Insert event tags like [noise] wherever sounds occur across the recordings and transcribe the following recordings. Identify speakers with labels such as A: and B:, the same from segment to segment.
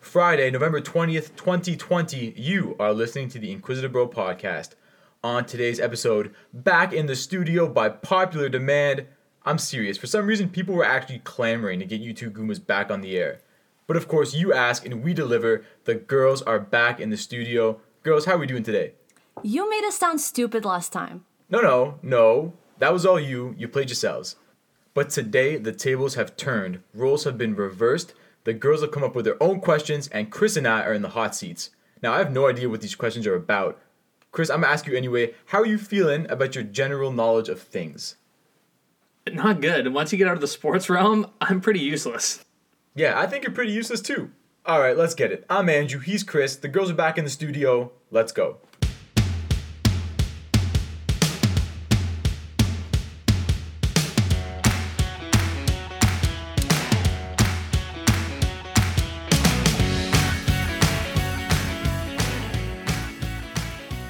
A: Friday, November 20th, 2020, you are listening to the Inquisitive Bro podcast. On today's episode, back in the studio by popular demand, I'm serious. For some reason, people were actually clamoring to get you two Goombas back on the air. But of course, you ask and we deliver. The girls are back in the studio. Girls, how are we doing today?
B: You made us sound stupid last time.
A: No, no, no. That was all you. You played yourselves. But today, the tables have turned, roles have been reversed, the girls have come up with their own questions, and Chris and I are in the hot seats. Now, I have no idea what these questions are about. Chris, I'm gonna ask you anyway how are you feeling about your general knowledge of things?
C: Not good. Once you get out of the sports realm, I'm pretty useless.
A: Yeah, I think you're pretty useless too. All right, let's get it. I'm Andrew, he's Chris, the girls are back in the studio. Let's go.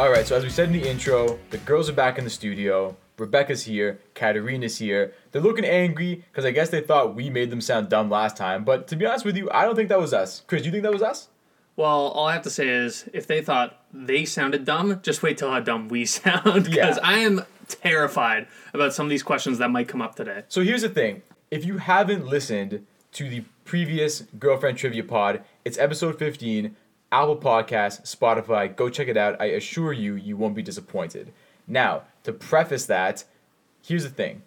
A: All right, so as we said in the intro, the girls are back in the studio. Rebecca's here, Katarina's here. They're looking angry because I guess they thought we made them sound dumb last time. But to be honest with you, I don't think that was us. Chris, you think that was us?
C: Well, all I have to say is if they thought they sounded dumb, just wait till how dumb we [laughs] sound. Because
A: Yeah.
C: I am terrified about some of these questions that might come up today.
A: So here's the thing. If you haven't listened to the previous Girlfriend Trivia Pod, it's episode 15, Apple Podcast, Spotify. Go check it out. I assure you, you won't be disappointed. Now, to preface that, here's the thing.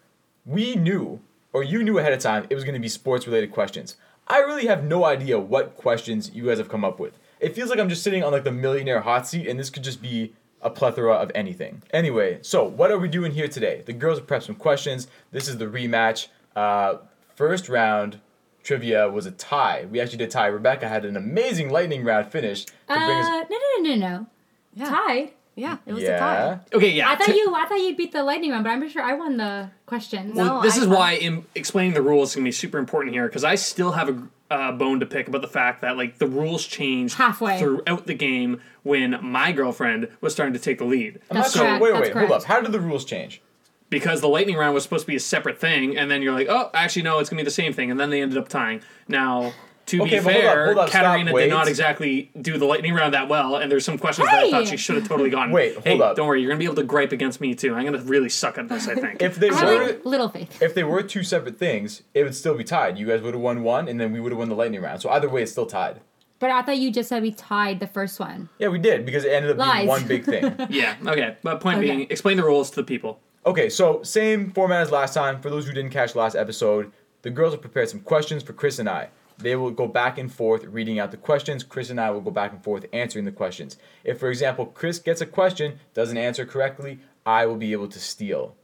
A: We knew, or you knew ahead of time, it was going to be sports related questions. I really have no idea what questions you guys have come up with. It feels like I'm just sitting on like the millionaire hot seat, and this could just be a plethora of anything. Anyway, so what are we doing here today? The girls have prepped some questions. This is the rematch. Uh, first round trivia was a tie. We actually did tie. Rebecca had an amazing lightning round finish to bring us.
D: Uh, no, no, no, no, no.
B: Yeah.
D: Tied.
B: Yeah, it was
A: yeah.
B: a tie.
C: Okay, yeah.
D: I thought
C: t-
D: you, I thought you beat the lightning round, but I'm pretty sure I won the question.
C: well,
B: No,
C: this
B: I
C: is
B: thought-
C: why im- explaining the rules is going to be super important here because I still have a uh, bone to pick about the fact that like the rules changed
D: Halfway.
C: throughout the game when my girlfriend was starting to take the lead.
A: I'm not
D: That's
A: sure.
D: correct,
A: Wait, wait,
D: that's
A: wait. Hold up.
D: correct.
A: How did the rules change?
C: because the lightning round was supposed to be a separate thing, and then you're like, oh, actually no, it's gonna be the same thing, and then they ended up tying. Now, to
A: Okay, but
C: be
A: hold up,
C: fair,
A: hold up, stop,
C: Katarina
A: wait.
C: did not exactly do the lightning round that well, and there's some questions that I thought
D: Hey!
C: she should have totally gotten.
A: Wait, hold
C: hey,
A: up.
C: Don't worry, you're gonna be able to gripe against me too. I'm gonna really suck at
D: [laughs]
C: this. I think.
A: If they
D: I
A: were,
D: have like, little faith.
A: if they were two separate things, it would still be tied. You guys would have won one, and then we would have won the lightning round. So either way, it's still tied.
D: But I thought you just said we tied the first one.
A: Yeah, we did because it ended up being
D: Lies.
A: one big thing.
C: [laughs] [laughs] yeah. Okay. But point
D: Okay.
C: being, explain the rules to the people.
A: Okay, so same format as last time. For those who didn't catch last episode, the girls have prepared some questions for Chris and I. They will go back and forth reading out the questions. Chris and I will go back and forth answering the questions. If, for example, Chris gets a question, doesn't answer correctly, I will be able to steal.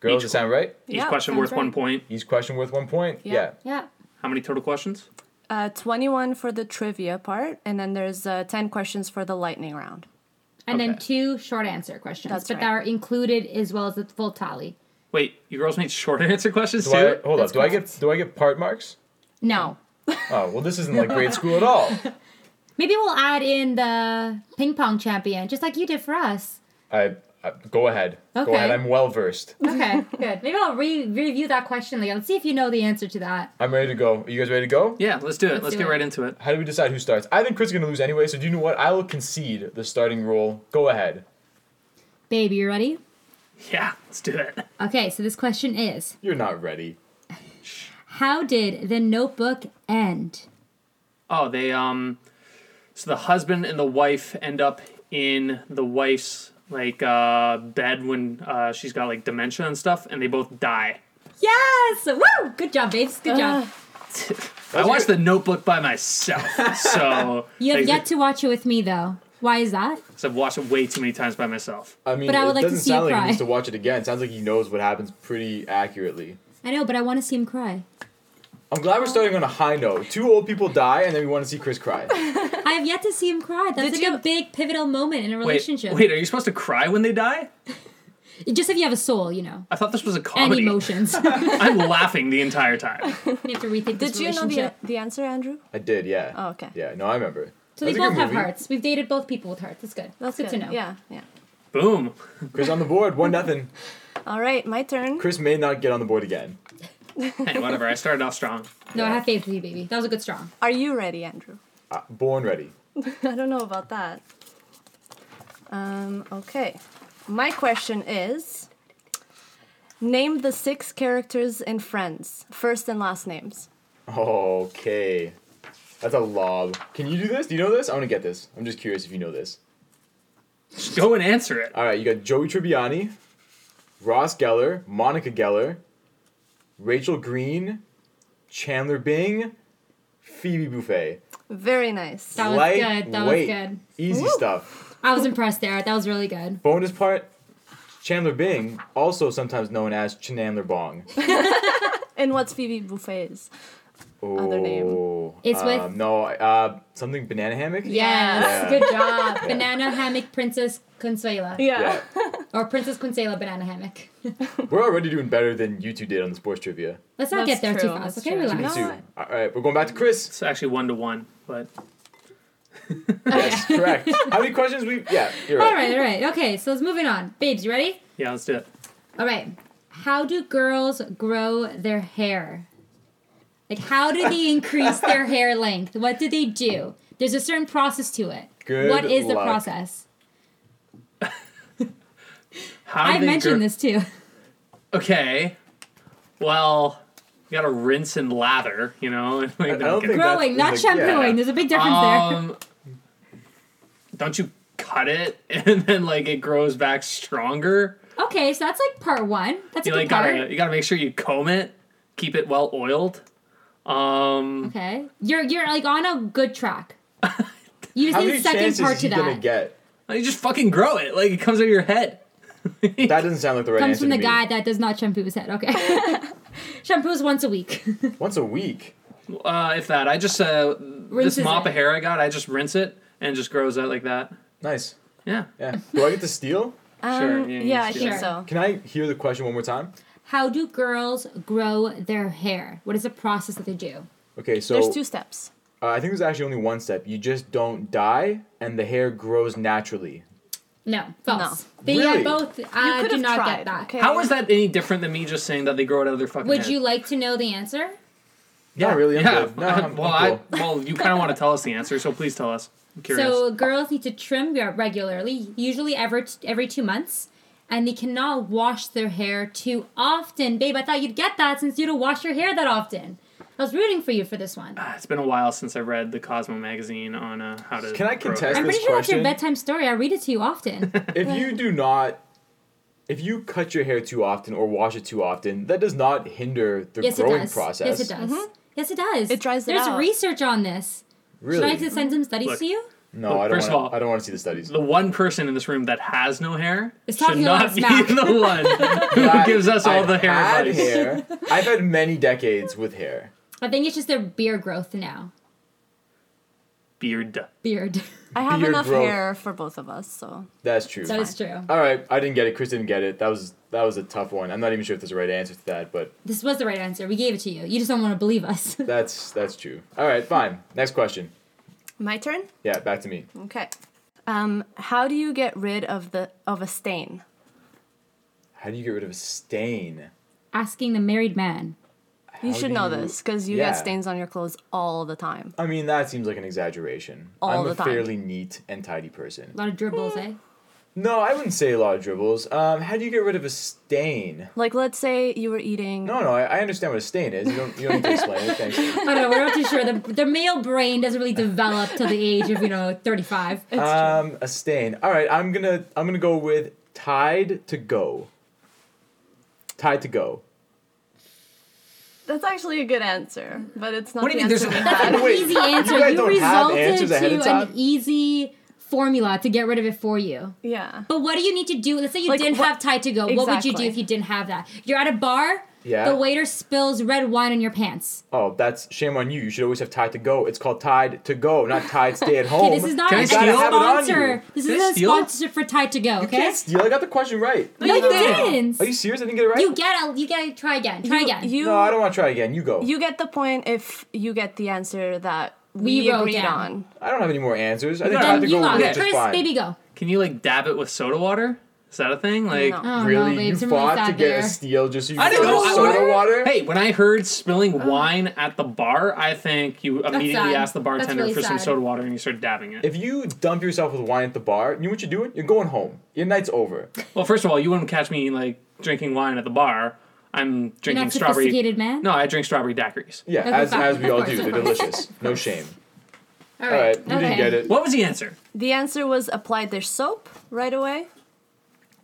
A: Girls,
C: Each
A: does that sound right?
C: Each
B: Yeah,
C: question
B: sounds
C: worth one
B: right.
C: point.
A: Each question worth one point?
B: Yeah.
D: Yeah.
C: How many total questions?
B: Uh, 21 for the trivia part, and then there's uh, 10 questions for the lightning round.
D: And then
C: Okay.
D: two short answer questions,
B: That's
D: but
B: right.
D: that are included as well as the full tally.
C: Wait, you girls made short [laughs] answer questions
A: Do I,
C: too.
A: hold up.
D: That's
A: Do I get do I get part marks?
D: No.
A: Oh well, this isn't like grade school at all.
D: Maybe we'll add in the ping pong champion, just like you did for us.
A: I, I go ahead. Go
D: Okay.
A: ahead. I'm well versed.
B: [laughs]
D: Okay, good. Maybe I'll re- review that question later. Let's see if you know the answer to that.
A: I'm ready to go. Are you guys ready to go?
C: Yeah, let's do it. Let's,
D: do
C: get
D: it.
C: right into it.
A: How do we decide who starts? I think Chris is gonna lose anyway, so do you know what? I will concede the starting role. Go ahead.
D: Babe, you ready?
C: Yeah, let's do it.
D: Okay, so this question is
A: You're not ready.
D: How did the notebook end?
C: Oh, they um so the husband and the wife end up in the wife's like uh bed when uh she's got like dementia and stuff and they both die.
D: Yes! Woo! Good job, babes. Good job.
B: Ah.
C: I watched the notebook by myself. So
D: You have
C: like,
D: yet to watch it with me, though. Why is that?
C: 'cause I've watched it way too many times by myself.
A: I mean,
D: But I would
A: it
D: like to
A: doesn't
D: see you
A: sound like he
D: cry.
A: needs to watch it again. sounds like he knows what happens pretty accurately.
D: I know, but I want to see him cry.
A: I'm glad we're starting on a high note. Two old people die, and then we want to see Chris
D: [laughs]
A: cry.
D: I have yet to see him cry. That's
B: Did
D: like
B: you-
D: a big pivotal moment in a
C: Wait,
D: relationship.
C: wait, are you supposed to cry when they die?
D: Just if you have a soul, you know,
C: I thought this was a
D: and
C: comedy.
D: emotions. you have
C: I'm laughing the entire
D: [laughs]
C: time.
D: to rethink
B: Did
D: this
B: you know
D: relationship.
B: the, the answer, Andrew?
A: I did, yeah.
B: Oh, okay.
A: Yeah, no, I remember.
D: so they
A: That's a good
D: both have
A: movie.
D: hearts. We've dated both people with hearts. That's good. That's good, to know.
B: Yeah, yeah.
C: Boom.
A: Chris on the board, one nothing.
B: All right, my turn.
A: Chris may not get on the board again.
C: Hey, whatever. I started off strong.
D: No, I have faith with you, baby. That was a good strong.
B: Are you ready, Andrew? [laughs]
A: Uh, born ready.
B: I don't know about that. Um, okay. My question is Name the six characters in Friends, first and last names.
A: Okay. That's a lob. Can you do this? Do you know this? I want to get this. I'm just curious if you know this.
C: Just go and answer it.
A: All right, you got Joey Tribbiani, Ross Geller, Monica Geller, Rachel Green, Chandler Bing, Phoebe Buffet.
B: Very nice.
D: That was
A: Lightweight.
D: good. That was good.
A: Easy
B: Woo.
A: stuff.
D: I was impressed there. That was really good.
A: Bonus part Chandler Bing, also sometimes known as Chandler Bong.
B: And what's Phoebe Buffet's? Other name.
A: Oh,
D: It's with-
A: um, No, uh, something banana hammock?
D: Yes.
A: Yeah.
D: Good job. Banana hammock princess Consuela.
A: Yeah.
D: Or Princess Consuela banana hammock.
A: We're already doing better than you two did on the sports trivia.
D: Let's not
B: That's
D: get there
B: true,
D: too fast.
B: that's
D: Okay,
B: true.
A: Me
D: relax.
A: too.
B: I-
A: All right, we're going back to
D: [laughs]
A: Chris.
C: It's actually one to one, but
A: Yes, correct. How many questions we? Yeah, you're right.
D: All right, all right. Okay, so let's moving on. Babes, you ready?
C: yeah, let's do it.
D: All right. How do girls grow their hair? Like, how do they
A: [laughs]
D: increase their hair length? What do they do? There's a certain process to it.
A: Good
D: what is the
A: luck.
D: process?
C: How do
D: I've
C: they
D: mentioned
C: gr-
A: [laughs]
D: this too.
C: Okay. Well, you gotta rinse and lather, you know? [laughs] and, like,
A: I don't
C: get-
A: think
D: Growing, not
A: that's- like, yeah.
D: shampooing. There's a big difference there.
C: um, don't you cut it [laughs] and then like it grows back stronger?
D: Okay, so that's like part one. That's
C: You
D: a good
C: like
D: part.
C: gotta you gotta make sure you comb it, keep it well oiled. Um,
D: Okay, you're you're like on a
A: [laughs]
D: good track. You just
A: How
D: need
A: many
D: a second
A: chances
D: part
A: is
D: to
A: he gonna
D: that.
A: get?
C: you just fucking grow it like it comes out of your head.
A: That doesn't sound like the right
D: Comes
A: answer
D: from the
A: to me.
D: guy that does not shampoo his head. Okay, [laughs] shampoos once a week. [laughs]
A: Once a week.
C: Uh, if that, I just uh, this
D: Rinses
C: mop
D: it.
C: of hair I got, I just rinse it and it just grows out like that.
A: Nice.
C: Yeah,
A: Yeah. Do I get to steal?
C: sure.
B: Um, yeah,
C: yeah, you
B: I
C: just do
B: think
C: it.
B: so.
A: Can I hear the question one more time?
D: How do girls grow their hair? What is the process that they do?
A: Okay, so
B: There's two steps.
A: uh, I think there's actually only one step. You just don't dye, and the hair grows naturally.
D: No, false. They
A: Really?
D: are both.
B: You
D: I
B: could
D: do
B: have
D: not
B: tried.
D: get that.
B: Okay.
C: How is that any different than me just saying that they grow it out of their fucking?
D: Would
C: head?
D: you like to know the answer?
A: Yeah, really. I'm
C: yeah.
A: good.
C: [laughs]
A: No, I'm, I'm
C: well, I,
A: cool.
C: well, you kind of want to tell us the answer, so please tell us. I'm curious.
D: So girls need to trim re- regularly, usually every t- every two months, and they cannot wash their hair too often. Babe, I thought you'd get that since you don't wash your hair that often. I was rooting for you for this one.
C: Ah, it's been a while since I read the Cosmo magazine on uh, how to.
A: Can I
C: grow
A: contest
C: hair.
D: I'm
A: this?
D: pretty sure that's your
A: question-
D: bedtime story. I read it to you often.
A: If you do not, if you cut your hair too often or wash it too often, that does not hinder the
D: yes, it
A: growing
D: does.
A: process.
D: Yes, it does. Yes, Mm-hmm. it does.
B: It dries it
D: There's
B: out.
D: research on this.
A: Really?
D: Should I send some studies
C: Look.
D: to you?
A: no, I don't.
C: First of
A: wanna,
C: all-
A: I don't want to see the studies.
C: The one person in this room that has no hair
D: Is
C: should
D: talking a lot
C: not
D: of
C: be
D: smack.
C: the
D: [laughs]
C: one who
A: I-
C: gives us all
A: I've
C: the hair
A: had
C: advice. [laughs]
A: hair. I've had many decades with hair.
D: I think it's just their beard growth now.
C: Beard.
D: Beard. [laughs]
B: I have
A: Beard
B: enough
A: growth.
B: hair for both of us, so.
A: That's true.
D: that is true.
A: All right, I didn't get it. Chris didn't get it. That was that was a tough one. I'm not even sure if there's a right answer to that, but
D: This was the right answer. We gave it to you. You just don't want to believe us. [laughs]
A: that's that's true. All right, fine. Next question.
B: My turn?
A: Yeah, back to me.
B: Okay. Um, how do you get rid of the of a stain?
A: How do you get rid of a stain?
D: Asking the married man.
B: You
A: How
B: should
A: do
B: know
A: you-
B: this because you
A: Yeah.
B: get stains on your clothes all the time.
A: I mean, that seems like an exaggeration.
B: All
A: I'm a
B: the time.
A: fairly neat and tidy person.
D: A lot of dribbles, eh?
A: No, I wouldn't say a lot of dribbles. Um, how do you get rid of a stain?
B: Like, let's say you were eating.
A: No, no, I, I understand what a stain is. You don't, you don't need to explain it. Thanks.
D: [laughs] I don't know. We're not too sure. The, the male brain doesn't really develop till the age of you know thirty five.
A: Um, a stain. All right, I'm gonna, I'm gonna go with tied to go. Tied to go.
B: That's actually a good answer, but it's not
C: What do
B: the
C: you mean
B: answer
C: there's-
B: we
D: An
B: had.
A: Wait,
D: easy
A: you
D: answer.
A: guys
D: You,
A: don't have answers
D: resulted
A: ahead
D: to
A: of
D: an
A: time?
D: easy formula to get rid of it for you.
B: Yeah.
D: But what do you need to do? Let's say you
B: Like,
D: didn't
B: what-
D: have Tide to go. What would you do
B: Exactly.
D: if you didn't have that? You're at a bar.
A: Yeah.
D: The waiter spills red wine in your pants.
A: Oh, that's shame on you. You should always have tied to go. It's called tied to go, not tied stay at home.
D: [laughs]
B: Oh
D: Okay, this is not
C: Can I
D: a
C: steal?
D: sponsor. This
C: Can I
D: is a
C: steal?
D: sponsorship for Tide to go. Okay.
A: Can't steal. I got the question right.
D: No, you
B: No.
D: didn't.
A: Are you serious? I didn't get it right.
D: You get a, you get a, try again. Try
B: You-
D: again.
B: You,
A: no, I don't want to try again. You go.
B: you get the point if you get the answer that
D: We
B: we,
D: wrote
B: agreed
D: down.
B: on.
A: I don't have any more answers. I think
C: No,
A: I have
D: then
A: to
D: you
A: go
D: lost.
A: with it.
D: Chris,
A: Just fine.
D: baby, go. Oh,
C: Can you like dab it with soda water? Is that a thing? Like,
B: No.
D: Oh,
A: really?
D: no,
A: you
D: babes, I'm really
A: fought
D: sad
A: to get
D: there.
A: a steal just so you
C: I
A: could
C: didn't know.
A: sell
C: I
A: soda
C: would've-
A: water?
C: Hey, when I heard spilling wine at the bar, I think you immediately
D: sad.
C: asked the
D: Oh. That's
C: bartender
D: really
C: for some
D: sad.
C: soda water and you started dabbing it.
A: If you dump yourself with wine at the bar, you know what you're doing? You're going home. Your night's over.
C: well, first of all, you wouldn't catch me like drinking wine at the bar. I'm drinking
D: not
C: strawberry.
D: sophisticated man?
C: No, I drink strawberry daiquiris.
A: Yeah,
D: That's
A: as,
D: a fact.
A: as we
D: Of
A: all
D: course,
A: do.
D: of
A: They're
D: course. [laughs]
A: delicious. No shame.
D: All
A: All right, we
D: okay.
A: didn't get it.
C: What was the answer?
B: The answer was apply their soap right away.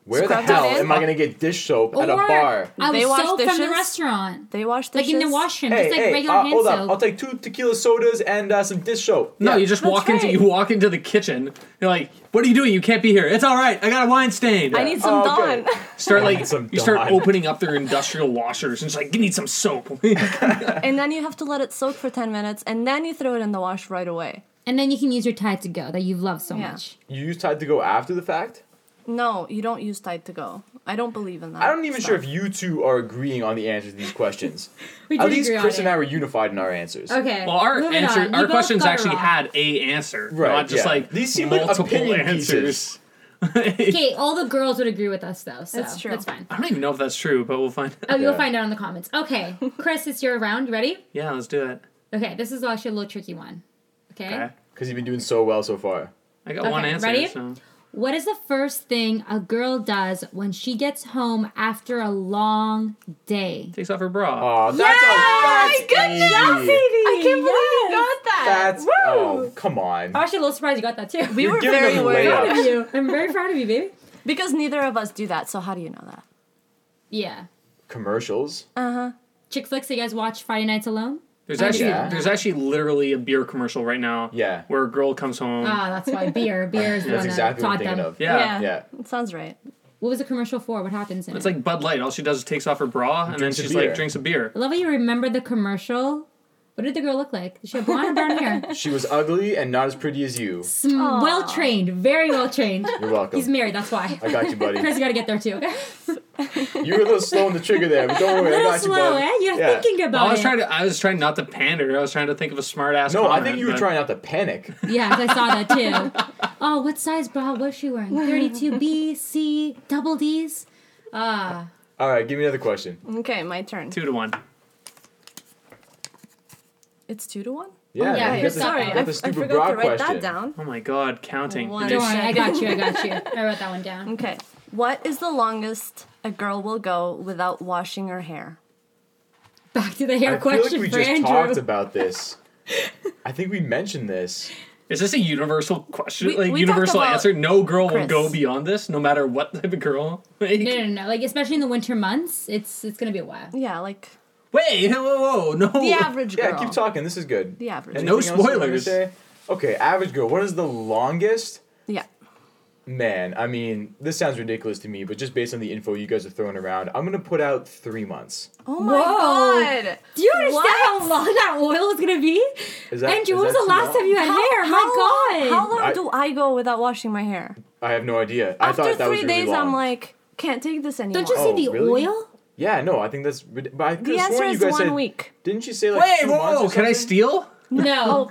A: Where the
B: Scrub
A: hell
B: it in.
A: am I gonna get dish soap at a
D: Or
A: bar?
D: I was
B: They wash
D: soap from the
B: dishes?
D: restaurant.
B: They wash
D: Like
B: dishes.
D: in the washroom,
A: Hey,
D: just like
A: hey,
D: regular
A: uh,
D: hand
A: hold
D: soap.
A: up! I'll take two tequila sodas and uh, some dish soap.
C: No,
A: Yeah.
C: you just
B: that's
C: walk into
B: right.
C: you walk into the kitchen. You're like, "What are you doing? You can't be here. It's all right. I got a wine stain."
B: I need some
A: Oh, okay.
B: Dawn. [laughs]
C: start like
A: some
C: you start
A: Dawn.
C: opening up their industrial washers and just like, "You need some soap." [laughs]
B: and then you have to let it soak for 10 minutes and then you throw it in the wash right away.
D: and then you can use your Tide to go that you've loved so
B: Yeah.
D: much.
A: You use Tide to go after the fact.
B: No, you don't use Tide to go. I don't believe in that.
A: I'm not even sure if
B: stuff.
A: you two are agreeing on the answers to these questions.
D: [laughs] We
A: At
D: did
A: least
D: agree on
A: Chris
D: it.
A: and I were unified in our answers.
D: Okay.
C: well, our
D: moving
C: answer,
D: on. You
C: our
D: both
C: questions
D: got it
C: actually
D: wrong.
C: had a answer,
A: Right,
C: not just
A: yeah.
C: like
A: These seem like
C: multiple
A: opinion
C: answers.
A: pieces.
D: Okay, all the girls would agree with us though. So
B: That's true.
D: That's fine.
C: I don't even know if that's true, but we'll find. [laughs] out.
D: Oh, you'll
A: Yeah.
D: find out in the comments. Okay, Chris, it's your round. You ready?
C: Yeah, let's do it.
D: Okay, this is actually a little tricky one. Okay.
C: Okay,
A: Because you've been doing so well so far.
C: I got
D: Okay,
C: one answer.
D: ready?
C: So.
D: What is the first thing a girl does when she gets home after a long day?
C: Takes off her bra.
A: Oh, that's a that's easy.
B: I can't believe you got that.
A: That's
B: Woo!
A: oh, come on.
D: I'm actually a little surprised you got that too.
B: we
A: You're
B: were
A: giving
B: very
A: them
B: worried
A: layups.
B: about it.
D: you. I'm very proud of you, baby.
B: because neither of us do that. So how do you know that?
D: Yeah.
A: Commercials.
B: Uh huh.
D: Chick flicks, you guys watch Friday Nights Alone?
C: There's
D: I
C: actually
A: Yeah.
C: there's actually literally a beer commercial right now.
A: Yeah.
C: Where a girl comes home.
D: Ah, that's why beer. Beer
C: [laughs]
D: is the
A: That's
D: one
A: exactly
D: that
A: what I'm
D: taught
A: thinking
D: them.
A: of.
B: Yeah.
C: yeah.
A: Yeah.
B: It sounds right.
D: What was the commercial for? What happens in
C: It's
D: it?
C: like Bud Light. All she does is takes off her bra and then
A: Drinks a
C: she's
A: beer.
C: like drinks a beer.
D: I love how you remember the commercial. What did the girl look like? Did she have blonde or brown hair?
C: [laughs]
A: She was ugly and not as pretty as you.
B: Aw.
D: Well trained, very well trained.
A: You're welcome.
D: He's married, that's why.
A: I got you, buddy.
D: [laughs] Chris, you gotta get there too, okay?
A: You were a little slow on the trigger there, but don't worry, I
D: little
A: got you,
D: slow,
A: bud.
D: eh? You're
A: Yeah.
D: thinking
B: Oh,
C: Well,
D: about
C: I was
D: it.
C: trying to I was trying not to pander. I was trying to think of a smart ass.
A: No, I think you were trying not to panic.
D: Yeah, 'cause I saw that
C: [laughs]
D: too. Oh, what size bra was she wearing? 32 B, C, double D's? Ah,
A: All right, give me another question.
D: Oh,
B: Okay, my turn.
C: two to one.
B: it's two to one.
A: Yeah,
D: yeah,
A: you
D: you're
A: got the,
B: Sorry,
A: you
B: I,
A: got
B: f-
A: the
B: I
A: stupid
B: forgot
A: broad
B: to write
A: question.
B: that down.
C: Oh my god, counting.
B: One.
D: don't worry, I got you, I got you. I wrote that one down.
B: Okay. What is the longest a girl will go without washing her hair?
D: Back to the hair
A: I feel like
D: question
A: we
D: for
A: just
D: Andrew.
A: talked about
D: [laughs]
A: this. I think we mentioned this.
C: Is this a universal question?
B: We-
C: like
B: we
C: universal
B: talked about
C: answer? No girl
B: Chris.
C: will go beyond this, no matter what type of girl. [laughs] Like,
D: no, no, no, no, like especially in the winter months, it's it's gonna be a while.
B: Yeah, like
C: Wait, whoa, whoa, no.
B: the average girl.
A: Yeah, keep talking. This is good.
B: The average.
A: And
C: No
A: anything else you wanna
C: spoilers.
A: say? Okay, average girl. What is the longest?
B: Yeah.
A: Man, I mean, this sounds ridiculous to me, but just based on the info you guys are throwing around, I'm gonna put out three months.
B: Oh my
D: Whoa.
B: god.
D: Do you understand
B: What?
D: how long that oil is gonna be?
A: Is that-
D: Andrew,
A: is
D: when was
A: that
D: the
A: too
D: last
A: long?
D: time you had hair? My
B: long-
D: God.
B: How long
A: I-
B: do I go without washing my hair?
A: I have no idea. I
B: After
A: thought that was
B: three
A: really
B: days,
A: long.
B: I'm like, can't take this anymore.
D: Don't you
A: Oh,
D: see the
A: really?
D: oil?
A: yeah, no, I think that's. rid- But I could
B: the
A: have
B: answer
A: sworn
B: is
A: you guys
B: one
A: said-
B: week.
A: Didn't you say like?
C: Wait,
A: two
C: whoa,
A: months or
C: whoa, can I
A: something?
C: steal?
D: [laughs] No.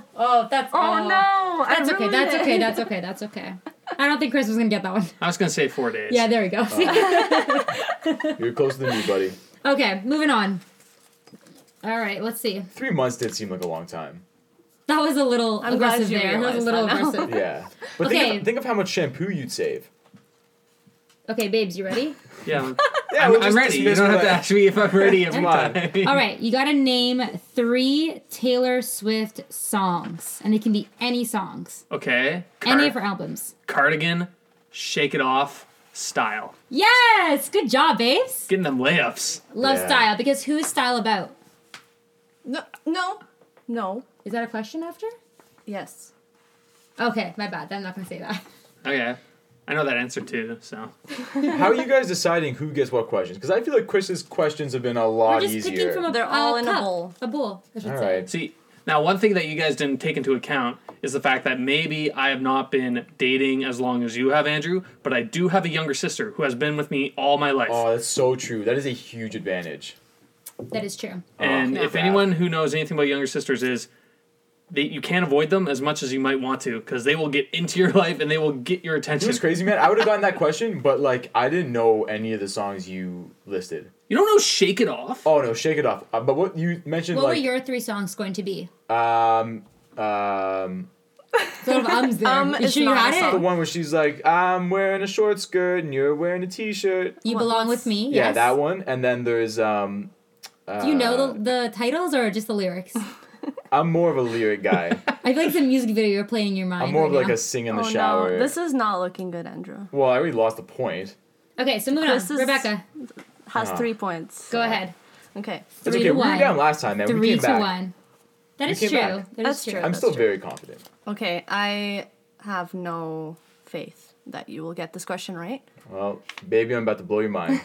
B: Oh.
D: Oh, that's
B: Oh no!
D: That's okay. That's okay. That's okay. That's okay. I don't think Chris was gonna get that one.
C: I was gonna say four days.
D: Yeah, there we go.
A: You're closer than me, buddy.
D: [laughs] okay, moving on. All right, let's see.
A: Three months did seem like a long time.
D: That was a little
B: I'm glad
D: aggressive
B: you
D: there. That was a
B: realized
D: little
B: that
A: [laughs]
B: now.
D: aggressive.
A: Yeah. But
D: Okay.
A: think, of, think of how much shampoo you'd save.
D: Okay, babes,
A: [laughs]
D: you ready?
B: [laughs]
C: yeah.
A: Yeah,
C: I'm, I'm ready. You don't have to ask me if I'm ready every
A: Come on.
C: time.
D: All right, you gotta name three Taylor Swift songs, and it can be any songs,
C: Okay.
D: any
C: Card-
D: of her albums.
C: cardigan, shake it off, style.
D: Yes, good job, babes.
C: Getting them layups.
D: Love
A: Yeah.
D: style because who is style about?
B: No, no, no.
D: Is that a question after?
B: Yes.
D: Okay, my bad. I'm not gonna say that.
C: Okay. I know that answer too, so.
A: How are you guys deciding who gets what questions? Because I feel like Chris's questions have been a lot
D: We're just picking
A: easier.
D: from a
B: They're
D: uh,
B: all in a
D: cup,
B: bowl.
D: A bowl. I should
A: All
D: say.
A: right.
C: See, now one thing that you guys didn't take into account is the fact that maybe I have not been dating as long as you have, Andrew, but I do have a younger sister who has been with me all my life.
A: Oh, that's so true. That is a huge advantage.
D: That is true.
C: and
A: oh,
C: if
A: crap.
C: anyone who knows anything about younger sisters is they, you can't avoid them as much as you might want to because they will get into your [laughs] life and they will get your
A: You know
C: attention.
A: what's crazy, man? I would have gotten that question, but like I didn't know any of the songs you listed.
C: You don't know Shake It Off?
A: Oh no, shake it off. Uh, but what you mentioned,
D: What were
A: like
D: your three songs going
B: [laughs]
D: to be?
A: um um
D: Sort of ums there.
B: Um,
D: you
B: it's
D: sure you
B: not
D: had
B: a
D: it?
A: the
B: song.
A: one where she's like, I'm wearing a short skirt and you're wearing a t-shirt.
D: You
B: What
D: belong
B: was-
D: with me.
A: Yeah,
D: yes.
A: that one. And then there's um. Uh,
D: Do you know the, the titles or just the lyrics?
A: I'm more of a lyric guy.
D: [laughs] I feel like it's a music video you're playing in your mind.
A: I'm more
D: right
A: of like
D: now.
A: a sing in the
B: oh
A: shower.
B: no, this is not looking good, Andrew.
A: well, I already lost the point.
D: Okay, so moving on.
B: This is-
D: Rebecca,
B: Has
A: Ah.
B: three points.
D: go ahead.
B: Okay.
A: It's
D: Three
A: okay.
D: to
A: we
D: one.
A: were down last time, man. we
D: Three
A: came
D: to
A: back.
D: one. That
A: We
D: is
A: came
D: true.
A: back.
D: That is
B: That's
D: true.
B: true.
A: I'm
B: That's
A: still very confident.
B: Okay, I have no faith that you will get this question right.
A: Well, baby, I'm about to blow your
D: [laughs]
A: mind.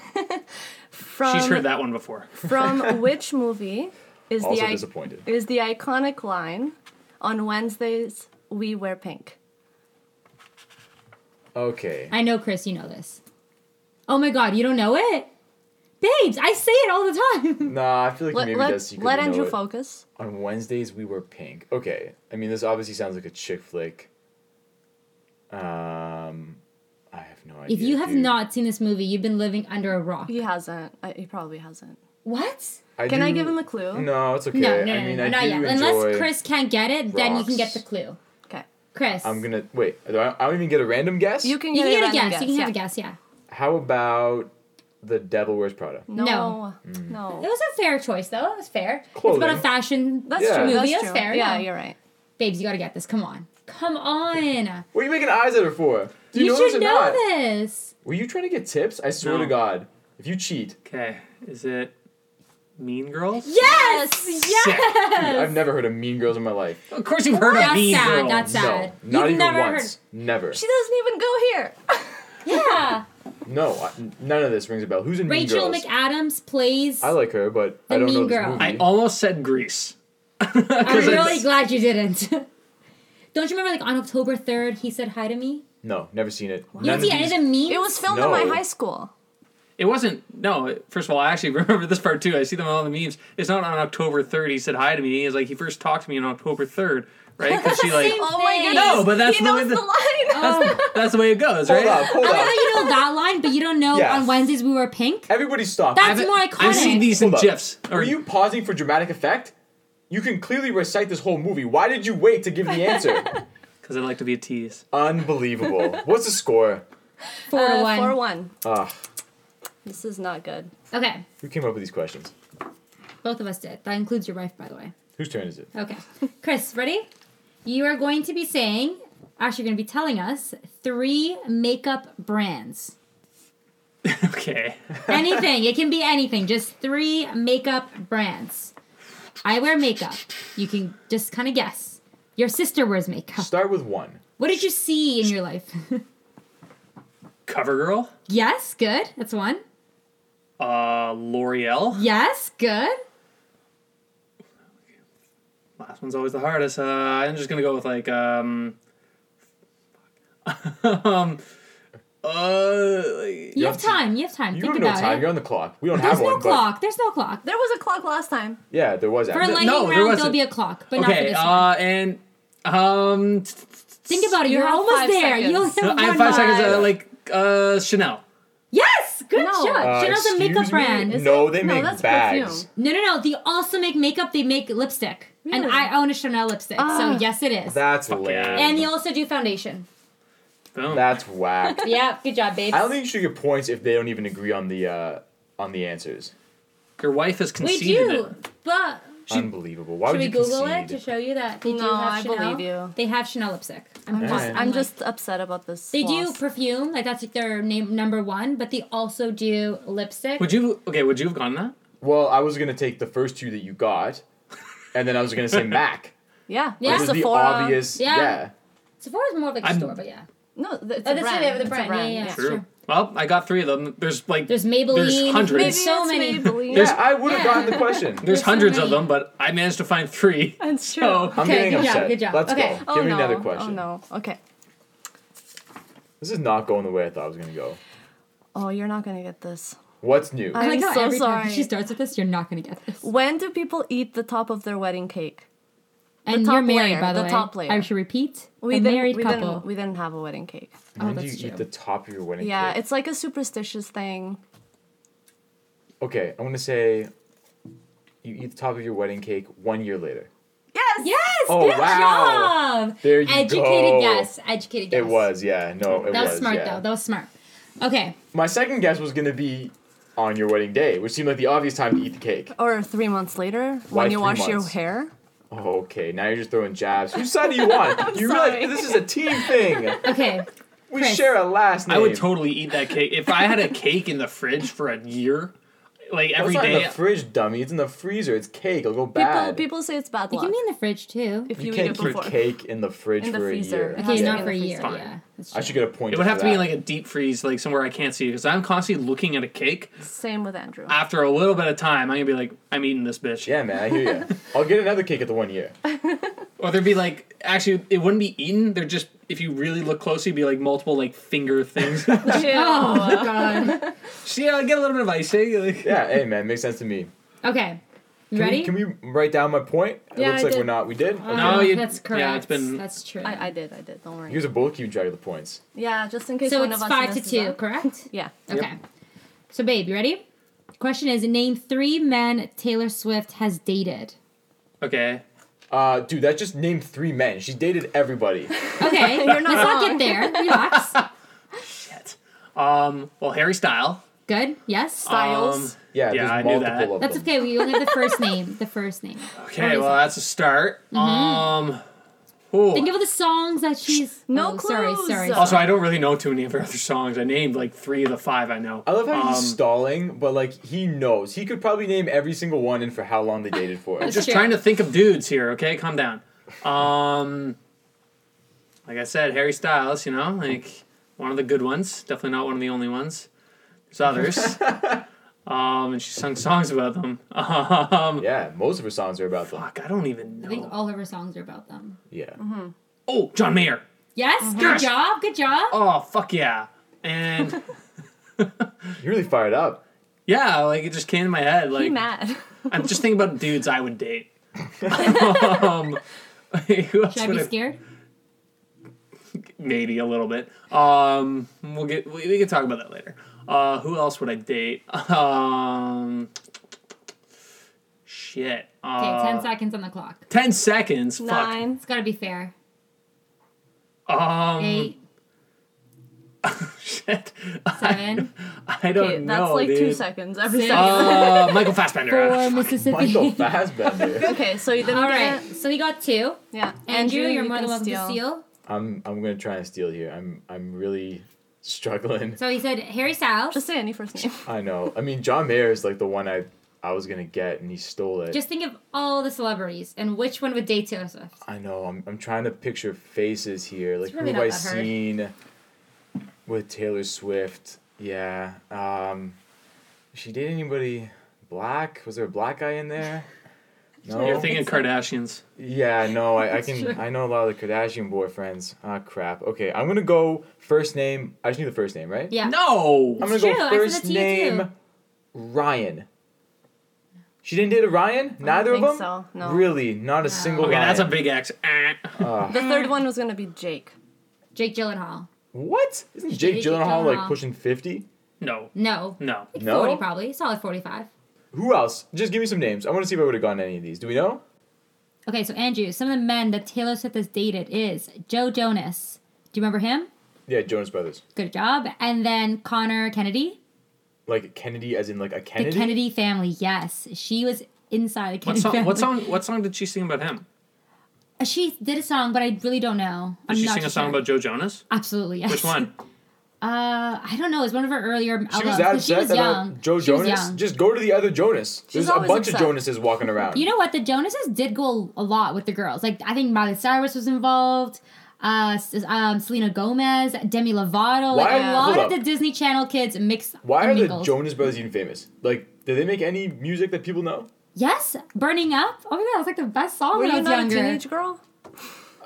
B: From
C: She's heard that one before.
A: [laughs]
B: from which movie is
A: Also
B: the I-
A: disappointed.
B: is the iconic line on Wednesdays we wear pink?
A: Okay.
D: I know, Chris, you know this. Oh my god, you don't know it? Babes, I say it all the time.
A: Nah, I feel like
B: Let,
A: maybe
B: let,
A: that's you could
B: let
A: know
B: Andrew
A: it.
B: focus.
A: On Wednesdays we were pink. Okay. I mean this obviously sounds like a chick flick. Um I have no idea.
D: if you have
A: dude.
D: not seen this movie, you've been living under a rock.
B: He hasn't. I, he probably hasn't.
D: What?
B: Can I
A: do-
B: give him a clue?
A: No, it's okay.
D: No, no, no,
A: I mean
D: no,
A: I
D: not
A: do
D: yet.
A: enjoy
D: Unless Chris can't get it, then you can get
A: rocks.
D: the clue.
B: Okay.
D: Chris,
A: I'm gonna wait. I don't, I don't even get a random guess.
B: You can
D: you
B: get,
D: can
B: a
D: get a
B: random
D: guess. You can
B: yeah.
D: have a guess. Yeah,
A: How about the Devil Wears Prada?
B: No.
D: No.
B: No.
A: Mm.
D: it was a fair choice though. It was fair.
A: Clothing.
D: It's about a fashion
B: That's
A: Yeah.
B: true.
D: movie.
B: that's
D: That's,
B: true.
D: fair.
B: Yeah,
D: yeah.
B: you're right.
D: babes, you gotta get this. Come on, come on.
A: What are you making eyes at her for? Do
D: You,
A: you, know this or
D: should know
A: not?
D: this.
A: Were you trying to get tips? I swear
C: No.
A: to God, if you cheat,
C: Okay, is it Mean Girls?
D: Yes,
B: Yes.
D: yes.
C: Sick.
A: I've never heard of Mean Girls in my life.
C: Of course you've heard of
D: That's
C: Mean
D: sad,
C: Girls.
D: that's sad. Sad.
A: No, not
D: You've
A: even
D: never heard-
A: once. Never.
B: She doesn't even go
D: [laughs]
B: here.
D: Yeah,
A: No, I, none of this rings a bell. Who's in
D: Rachel
A: Mean Girls?
D: McAdams plays.
A: I like her, but I don't
D: The
A: know
D: mean
A: this
D: girl.
A: movie.
C: I almost said [laughs] Greece.
D: I'm
C: Because
D: really
C: it's-
D: glad you didn't. [laughs] Don't you remember, like on October third, he said hi to me.
A: no, never seen it.
D: You
A: None
D: didn't see
A: of
D: any of
A: these-
D: the memes.
B: It was filmed in
A: No.
B: my high school.
C: It wasn't. No, it- first of all, I actually [laughs] remember this part too. I see them all in the memes. It's not on October 3rd. He said hi to me. He's like, he first talked to me on October 3rd, right? Because she like,
D: Same
B: Oh my
D: thing.
B: goodness.
C: No, but that's
B: he
C: the way
B: knows
C: the-
B: the line.
A: [laughs]
D: Oh.
C: [laughs] that's the way it goes,
A: Hold
C: right?
A: up, hold
D: I love how
A: up.
D: you know that line, but you don't know
A: Yeah.
D: on Wednesdays we were pink.
A: Everybody stop.
D: That's
C: I've-
D: more
C: I've seen
D: iconic.
C: these in
A: Hold up.
C: GIFs. Or, [laughs]
A: Were you pausing for dramatic effect? You can clearly recite this whole movie. Why did you wait to give the answer?
D: [laughs]
C: Because I like to be a tease. [laughs]
A: Unbelievable. What's the score?
D: Four to
B: Uh,
D: one.
B: Four one.
A: Ah,
B: This is not good.
D: Okay,
A: who came up with these questions?
D: both of us did. That includes your wife, by the way.
A: Whose turn is it?
D: [laughs] Okay, Chris, ready? You are going to be saying, actually, you're going to be telling us three makeup
A: [laughs]
D: brands.
C: okay.
D: Anything. it can be anything. Just three makeup brands. I wear makeup. You can just kind of guess. Your sister wears makeup.
A: Start with one.
D: What did you see in your life? [laughs]
C: CoverGirl.
D: yes, good. That's one.
C: Uh, L'Oreal.
D: Yes, good.
C: Last one's always the hardest. Uh, I'm just gonna go with like um, [laughs] um, uh, like,
D: You
A: You
D: have
A: have to-
D: time. You have time.
A: You
D: Think
A: have no
D: about
A: time.
D: it.
A: You're on the clock. We don't
D: There's
A: have one.
D: no clock. There's no clock.
B: There was a clock last time.
A: But yeah, there was
D: For a lightning
A: actually.
C: No, there
D: round, there'll
C: wasn't.
D: be a clock, but not for
C: okay.
D: this one.
C: Uh, and um, t- t-
D: Think about it.
B: you
D: You're
B: have
D: almost
B: five
D: there.
B: seconds.
D: You only have
C: I have
D: one
C: five seconds.
D: line.
C: Uh, like uh, Chanel.
D: Yes, good
B: No.
D: shot.
A: Uh,
D: Chanel's a
A: excuse
D: makeup
A: me?
D: brand.
B: Is
A: No,
B: it?
A: they
B: No,
A: make
B: that's
A: bags.
B: perfume.
D: No, no, no. They also make makeup. They make lipstick, and
B: Really?
D: I own a Chanel lipstick.
B: Ah.
D: so yes, it is.
A: That's
C: yeah.
A: lame.
D: and they also
B: [laughs]
D: do foundation.
C: Boom.
A: That's whack.
D: yeah, good job, babe.
A: I don't think you should get points if they don't even agree on the uh, on the answers.
C: Your wife has
D: we
C: conceded
D: do,
C: it.
D: but
A: Unbelievable. Why
D: should
A: would
D: we
A: you
D: Google it
A: concede?
D: to show you that they do
B: No,
D: have
B: I
D: Chanel?
B: believe you.
D: They have Chanel lipstick. I'm
A: All
D: just,
A: right.
D: I'm,
B: I'm
D: like-
B: just upset about this.
D: They do
B: loss.
D: perfume, like that's like their name number one. But they also do lipstick.
C: Would you? Okay. Would you have gone that?
A: Well, I was gonna take the first two that you got, and then I was gonna
D: [laughs]
A: say Mac.
B: Yeah.
D: Yeah.
A: This
D: This
A: is
B: Sephora.
A: the obvious.
D: Yeah.
A: Yeah.
D: Sephora's more of like a
C: I'm-
D: store, but yeah.
B: No, th- it's
D: Oh,
B: a
D: that's right,
B: brand.
D: they have the
B: It's a
D: brand. Yeah, yeah, yeah.
C: True.
D: Sure.
C: Well, I got three of them. There's like
D: There's Maybelline.
C: There's hundreds.
B: Maybe
D: There's so
B: it's
D: many.
B: Maybelline.
A: Yeah, I would have
D: Yeah.
A: gotten the
D: [laughs]
A: question.
C: There's
D: so
C: hundreds of
D: many.
C: them, but I managed to find three.
B: That's
C: So-
B: true.
A: I'm
D: Okay,
A: getting
D: good job,
A: upset.
D: good job.
A: Let's
D: Okay.
A: go.
B: Oh
A: Give me
B: no.
A: another question.
B: Oh no. Okay.
A: This is not going the way I thought it was gonna go.
B: Oh, you're not gonna get this.
A: What's new?
D: I
B: I-
D: like
B: I'm
D: how
B: so
D: every time
B: sorry.
D: she starts with this, you're not gonna get this.
B: When do people eat the top of their wedding cake?
D: And
B: top
D: you're married,
B: layer,
D: by the,
B: the
D: way.
B: top layer.
D: I should repeat.
B: We
D: a
B: didn't,
D: married
B: we
D: couple.
B: Didn't, we didn't have a wedding cake.
D: oh,
A: When do you
D: that's
A: eat the
D: true.
A: top of your wedding
B: Yeah,
A: cake?
B: it's like a superstitious thing.
A: okay, I'm gonna say you eat the top of your wedding cake one year later.
B: Yes.
D: Yes.
A: Oh,
D: good
A: wow.
D: job.
A: There you
D: Educated
A: go.
D: guess. Educated guess.
A: It was, yeah. No, it
D: That was,
A: was
D: smart
A: yeah.
D: though. That was smart. Okay.
A: My second guess was gonna be on your wedding day, which seemed like the obvious time to eat the cake.
B: Or three months later
A: Why
B: when you
A: three
B: wash your
A: months?
B: hair. Oh,
A: Okay, now you're just throwing jabs. Whose side do you
B: [laughs]
A: want? you realize
B: sorry.
A: this is a team
B: [laughs]
A: thing.
D: Okay.
A: We
D: Chris.
A: share a last name.
C: I would totally eat that cake if I had a cake in the fridge for a year, like
A: Well, It's
C: every
A: not in
C: day.
A: the fridge, dummy. It's in the freezer. It's cake. It'll go
B: People
A: bad.
B: people say it's bad
D: You
B: luck
D: can be in the fridge too.
B: if
A: you,
B: you, eat
A: can't
B: it
A: keep
B: before.
A: cake in the fridge
B: In the
A: for a
B: freezer.
A: year.
B: It
D: Okay,
B: Yeah.
D: not for a
B: Yeah.
D: year.
C: Fine.
D: Yeah. That's
B: [laughs]
A: I
D: true.
A: should get a point.
C: it would
A: for
C: have to be
A: that.
C: like a deep freeze, like somewhere I can't see, because I'm constantly looking at a cake.
B: Same with Andrew.
A: Ah.
C: After a little bit of time, I'm gonna be like, I'm eating this bitch.
A: Yeah, man, I hear
C: [laughs]
A: you. I'll get another cake at the one year.
C: Or there'd be like, actually, it wouldn't be eaten. They're just, if you really look close, you'd be like multiple like
A: [laughs]
C: finger things. [laughs]
B: Ew.
D: god.
C: See, I get a little bit of icing. Like,
A: Yeah, hey, man, makes sense to me.
D: [laughs] Okay. You
A: Can
D: ready?
A: We, can we write down my point? It
B: Yeah,
A: looks
B: I
A: like we're
B: did. Uh,
A: not. We did.
D: Oh,
A: Okay.
C: No, you-
D: that's
C: yeah,
D: correct.
C: it's been-
D: That's true.
B: I, I did, I did. Don't worry.
A: You guys are both keeping track of the points.
B: yeah, just in case
D: so
B: one
D: it's
B: of us
D: five to
B: messes
D: two,
B: up.
D: correct?
B: Yeah.
D: Okay. So, babe, you ready? Question is: Name three men Taylor Swift has dated.
C: okay.
A: Uh, dude, that just named three men. She dated
C: [laughs]
A: everybody.
D: Okay,
B: You're not
D: let's not
B: wrong.
D: get there. Relax.
C: Shit. Um, well, Harry Style.
D: Good. Yes.
B: Styles.
C: Um,
A: Yeah,
C: Yeah,
A: there's
C: I knew
A: multiple
C: that.
A: of
D: That's
A: them.
D: okay. We only have the first name. The first name.
C: okay, well, that's a start. Um, ooh.
D: Think of all the songs that she's.
B: No
D: oh, Sorry,
B: clues.
D: sorry.
C: Also, I don't really know too many of her other songs. I named like three of the five I know.
A: I love how he's
C: Um,
A: stalling, but like he knows. He could probably name every single one and for how long they dated for.
D: [laughs] That's
C: just
D: true.
C: trying to think of dudes here. Okay, calm down. Um, like I said, Harry Styles. You know, like one of the good ones. Definitely not one of the only ones. There's others. um, and she sung songs about them.
A: [laughs]
C: Um,
A: yeah, most of her songs are about them.
C: fuck, I don't even
D: I think
C: know.
D: all of her songs are about them.
A: Yeah.
D: Mm-hmm.
C: Oh, John Mayer.
D: Yes.
C: Yes.
D: Good job. Good job.
C: Oh, fuck yeah.
D: [laughs]
C: And
A: You really fired up.
C: yeah, like it just came to my head.
B: He
C: Like
B: mad.
C: I'm just thinking about dudes I would date.
D: [laughs]
C: um, [laughs] who else
D: Should I
C: would
D: be
C: I-
D: scared?
C: maybe a little bit. Um, we'll get we, we can talk about that later. Uh, who else would I date? [laughs] Um, shit.
D: Okay.
C: Uh,
D: Ten seconds on the clock.
C: Ten seconds.
B: [laughs] Nine.
D: It's got to be fair.
C: Fuck. Um,
D: Eight,
C: [laughs] shit.
D: seven,
C: [laughs] I don't
B: Okay,
C: know,
B: that's like
C: dude.
B: two seconds every
D: Six.
B: second.
C: Uh, Michael Fassbender.
D: [laughs] four, Mississippi.
A: Michael Fassbender.
B: okay, so you didn't
D: All
B: get
D: right.
B: it.
D: So we got two.
B: Yeah.
D: Andrew, you're
B: you
D: more
B: can
D: than welcome to steal.
A: I'm I'm gonna try and steal here. I'm I'm really
D: [laughs]
A: struggling.
D: So he said Harry Styles.
B: Just
D: Just,
B: say any first
D: [laughs]
B: name.
A: I know. I mean, John Mayer is like the one I I was gonna get, and he stole it.
D: think of all the celebrities and which one would date Taylor Swift.
A: I know. I'm I'm trying to picture faces here. Like who
D: really
A: have
D: not
A: I
D: that hard.
A: seen with Taylor Swift? Yeah. Um, she date anybody black? Was there a black guy in
D: [laughs]
A: there? No.
C: [laughs] You're thinking Kardashians.
A: Yeah, no, I, I can. I know a lot of the Kardashian boyfriends. Ah, crap. Okay, I'm gonna go first name. I just need the first name, right?
D: Yeah.
C: No.
A: I'm gonna
D: It's
A: go
D: true, I said
A: first
D: that to you
A: name
D: too.
A: Ryan. She didn't date a Ryan. Neither
B: think
A: of them.
B: so, no.
A: Really, not a single.
C: Okay, that's a
A: Ryan.
C: big X. Eh.
B: The third one was gonna be Jake.
D: Jake Gyllenhaal.
A: What? Isn't
D: dated
A: Jake
D: Jake
A: Gyllenhaal like
D: Gyllenhaal.
A: pushing fifty?
C: No.
D: No. [laughs]
C: No.
A: No.
D: 40 probably. Solid 45.
A: Who else? Just give me some names. I want to see if I would have gotten any of these. Do we know?
D: Okay, so Andrew, some of the men that Taylor Swift has dated is Joe Jonas. Do you remember him?
A: Yeah, Jonas Brothers.
D: Good job. And then Connor Kennedy.
A: Like Kennedy, as in like a Kennedy.
D: The Kennedy family, yes. She was inside the
C: What
D: Kennedy
C: song?
D: family.
C: What song? What song did she sing about him?
D: Uh, She did a song, but I really don't know.
C: Did
D: I'm
C: she
D: not
C: sing
D: too
C: a song
D: sure.
C: about Joe Jonas?
D: Absolutely, yes.
C: Which one?
D: Uh, I don't know. It was one of her earlier
A: She
D: albums.
A: was that
D: 'cause uh, she
A: upset
D: was
A: about
D: young.
A: Joe
D: she
A: Jonas.
D: Was young.
A: Just go to the other Jonas. There's a
B: always
A: bunch of
B: upset.
A: Jonases walking around.
D: You know what? The Jonases did go a lot with the girls. Like I think Miley Cyrus was involved. Uh, S- um, Selena Gomez, Demi Lovato, like
A: Why-
D: a
A: hold
D: lot
A: up.
D: of the Disney Channel kids mix.
A: Why
D: and
A: are the
D: mingles.
A: Jonas Brothers even famous? Like, do they make any music that people know?
D: Yes, burning up. Oh my god, that was like the best song
B: Were
D: when I
B: you
D: was
B: not
D: younger.
B: a teenage girl?
A: Uh,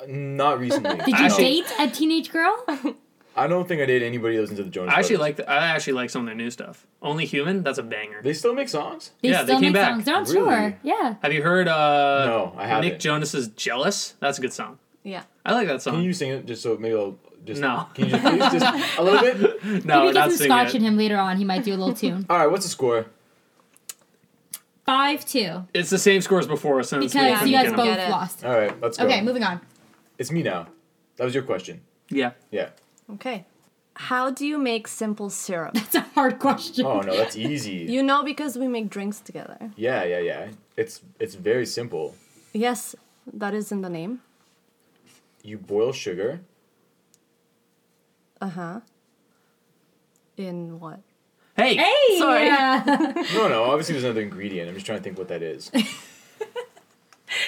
A: Not recently.
D: Did you
A: No.
C: Actually-
B: [laughs]
D: date a teenage girl?
A: I don't think I did anybody that was into the Jonas
C: I actually
A: Brothers.
C: like the, I actually like some of their new stuff. Only Human, that's a banger.
A: They still make songs?
D: They
C: Yeah, they
D: still
C: came
D: make
C: back.
D: songs. They're on
A: Really?
D: tour. Yeah.
C: Have you heard uh
A: No, I haven't.
C: Nick Jonas's Jealous? That's a good song.
B: Yeah.
C: I like that
A: Can
C: song.
A: you sing it just so maybe I'll just
C: No.
A: Can you just, please
C: [laughs]
A: just a little bit?
C: no, not
D: Maybe get some
C: sing
D: scotch
C: it.
D: in him later on. He might do
B: [laughs]
D: a little tune.
A: All right, what's the score?
D: Five two.
C: It's the same score as before, so it's
D: Because
C: Nathan
D: you guys
C: McKinnon.
D: both
B: Get it.
D: lost.
A: All right, let's go.
D: Okay, moving on.
A: It's me now. That was your question.
C: Yeah.
A: Yeah.
B: Okay. How do you make simple syrup?
D: It's a hard question.
A: Oh no, that's easy.
B: [laughs] You know because we make drinks together.
A: yeah, yeah, yeah. It's it's very simple.
B: Yes, that is in the name.
A: You boil sugar
B: Uh huh. In what?
C: Hey,
D: Hey,
B: Sorry.
D: yeah. [laughs]
A: No, no. Obviously, there's another ingredient. I'm just trying to think what that is. I mean,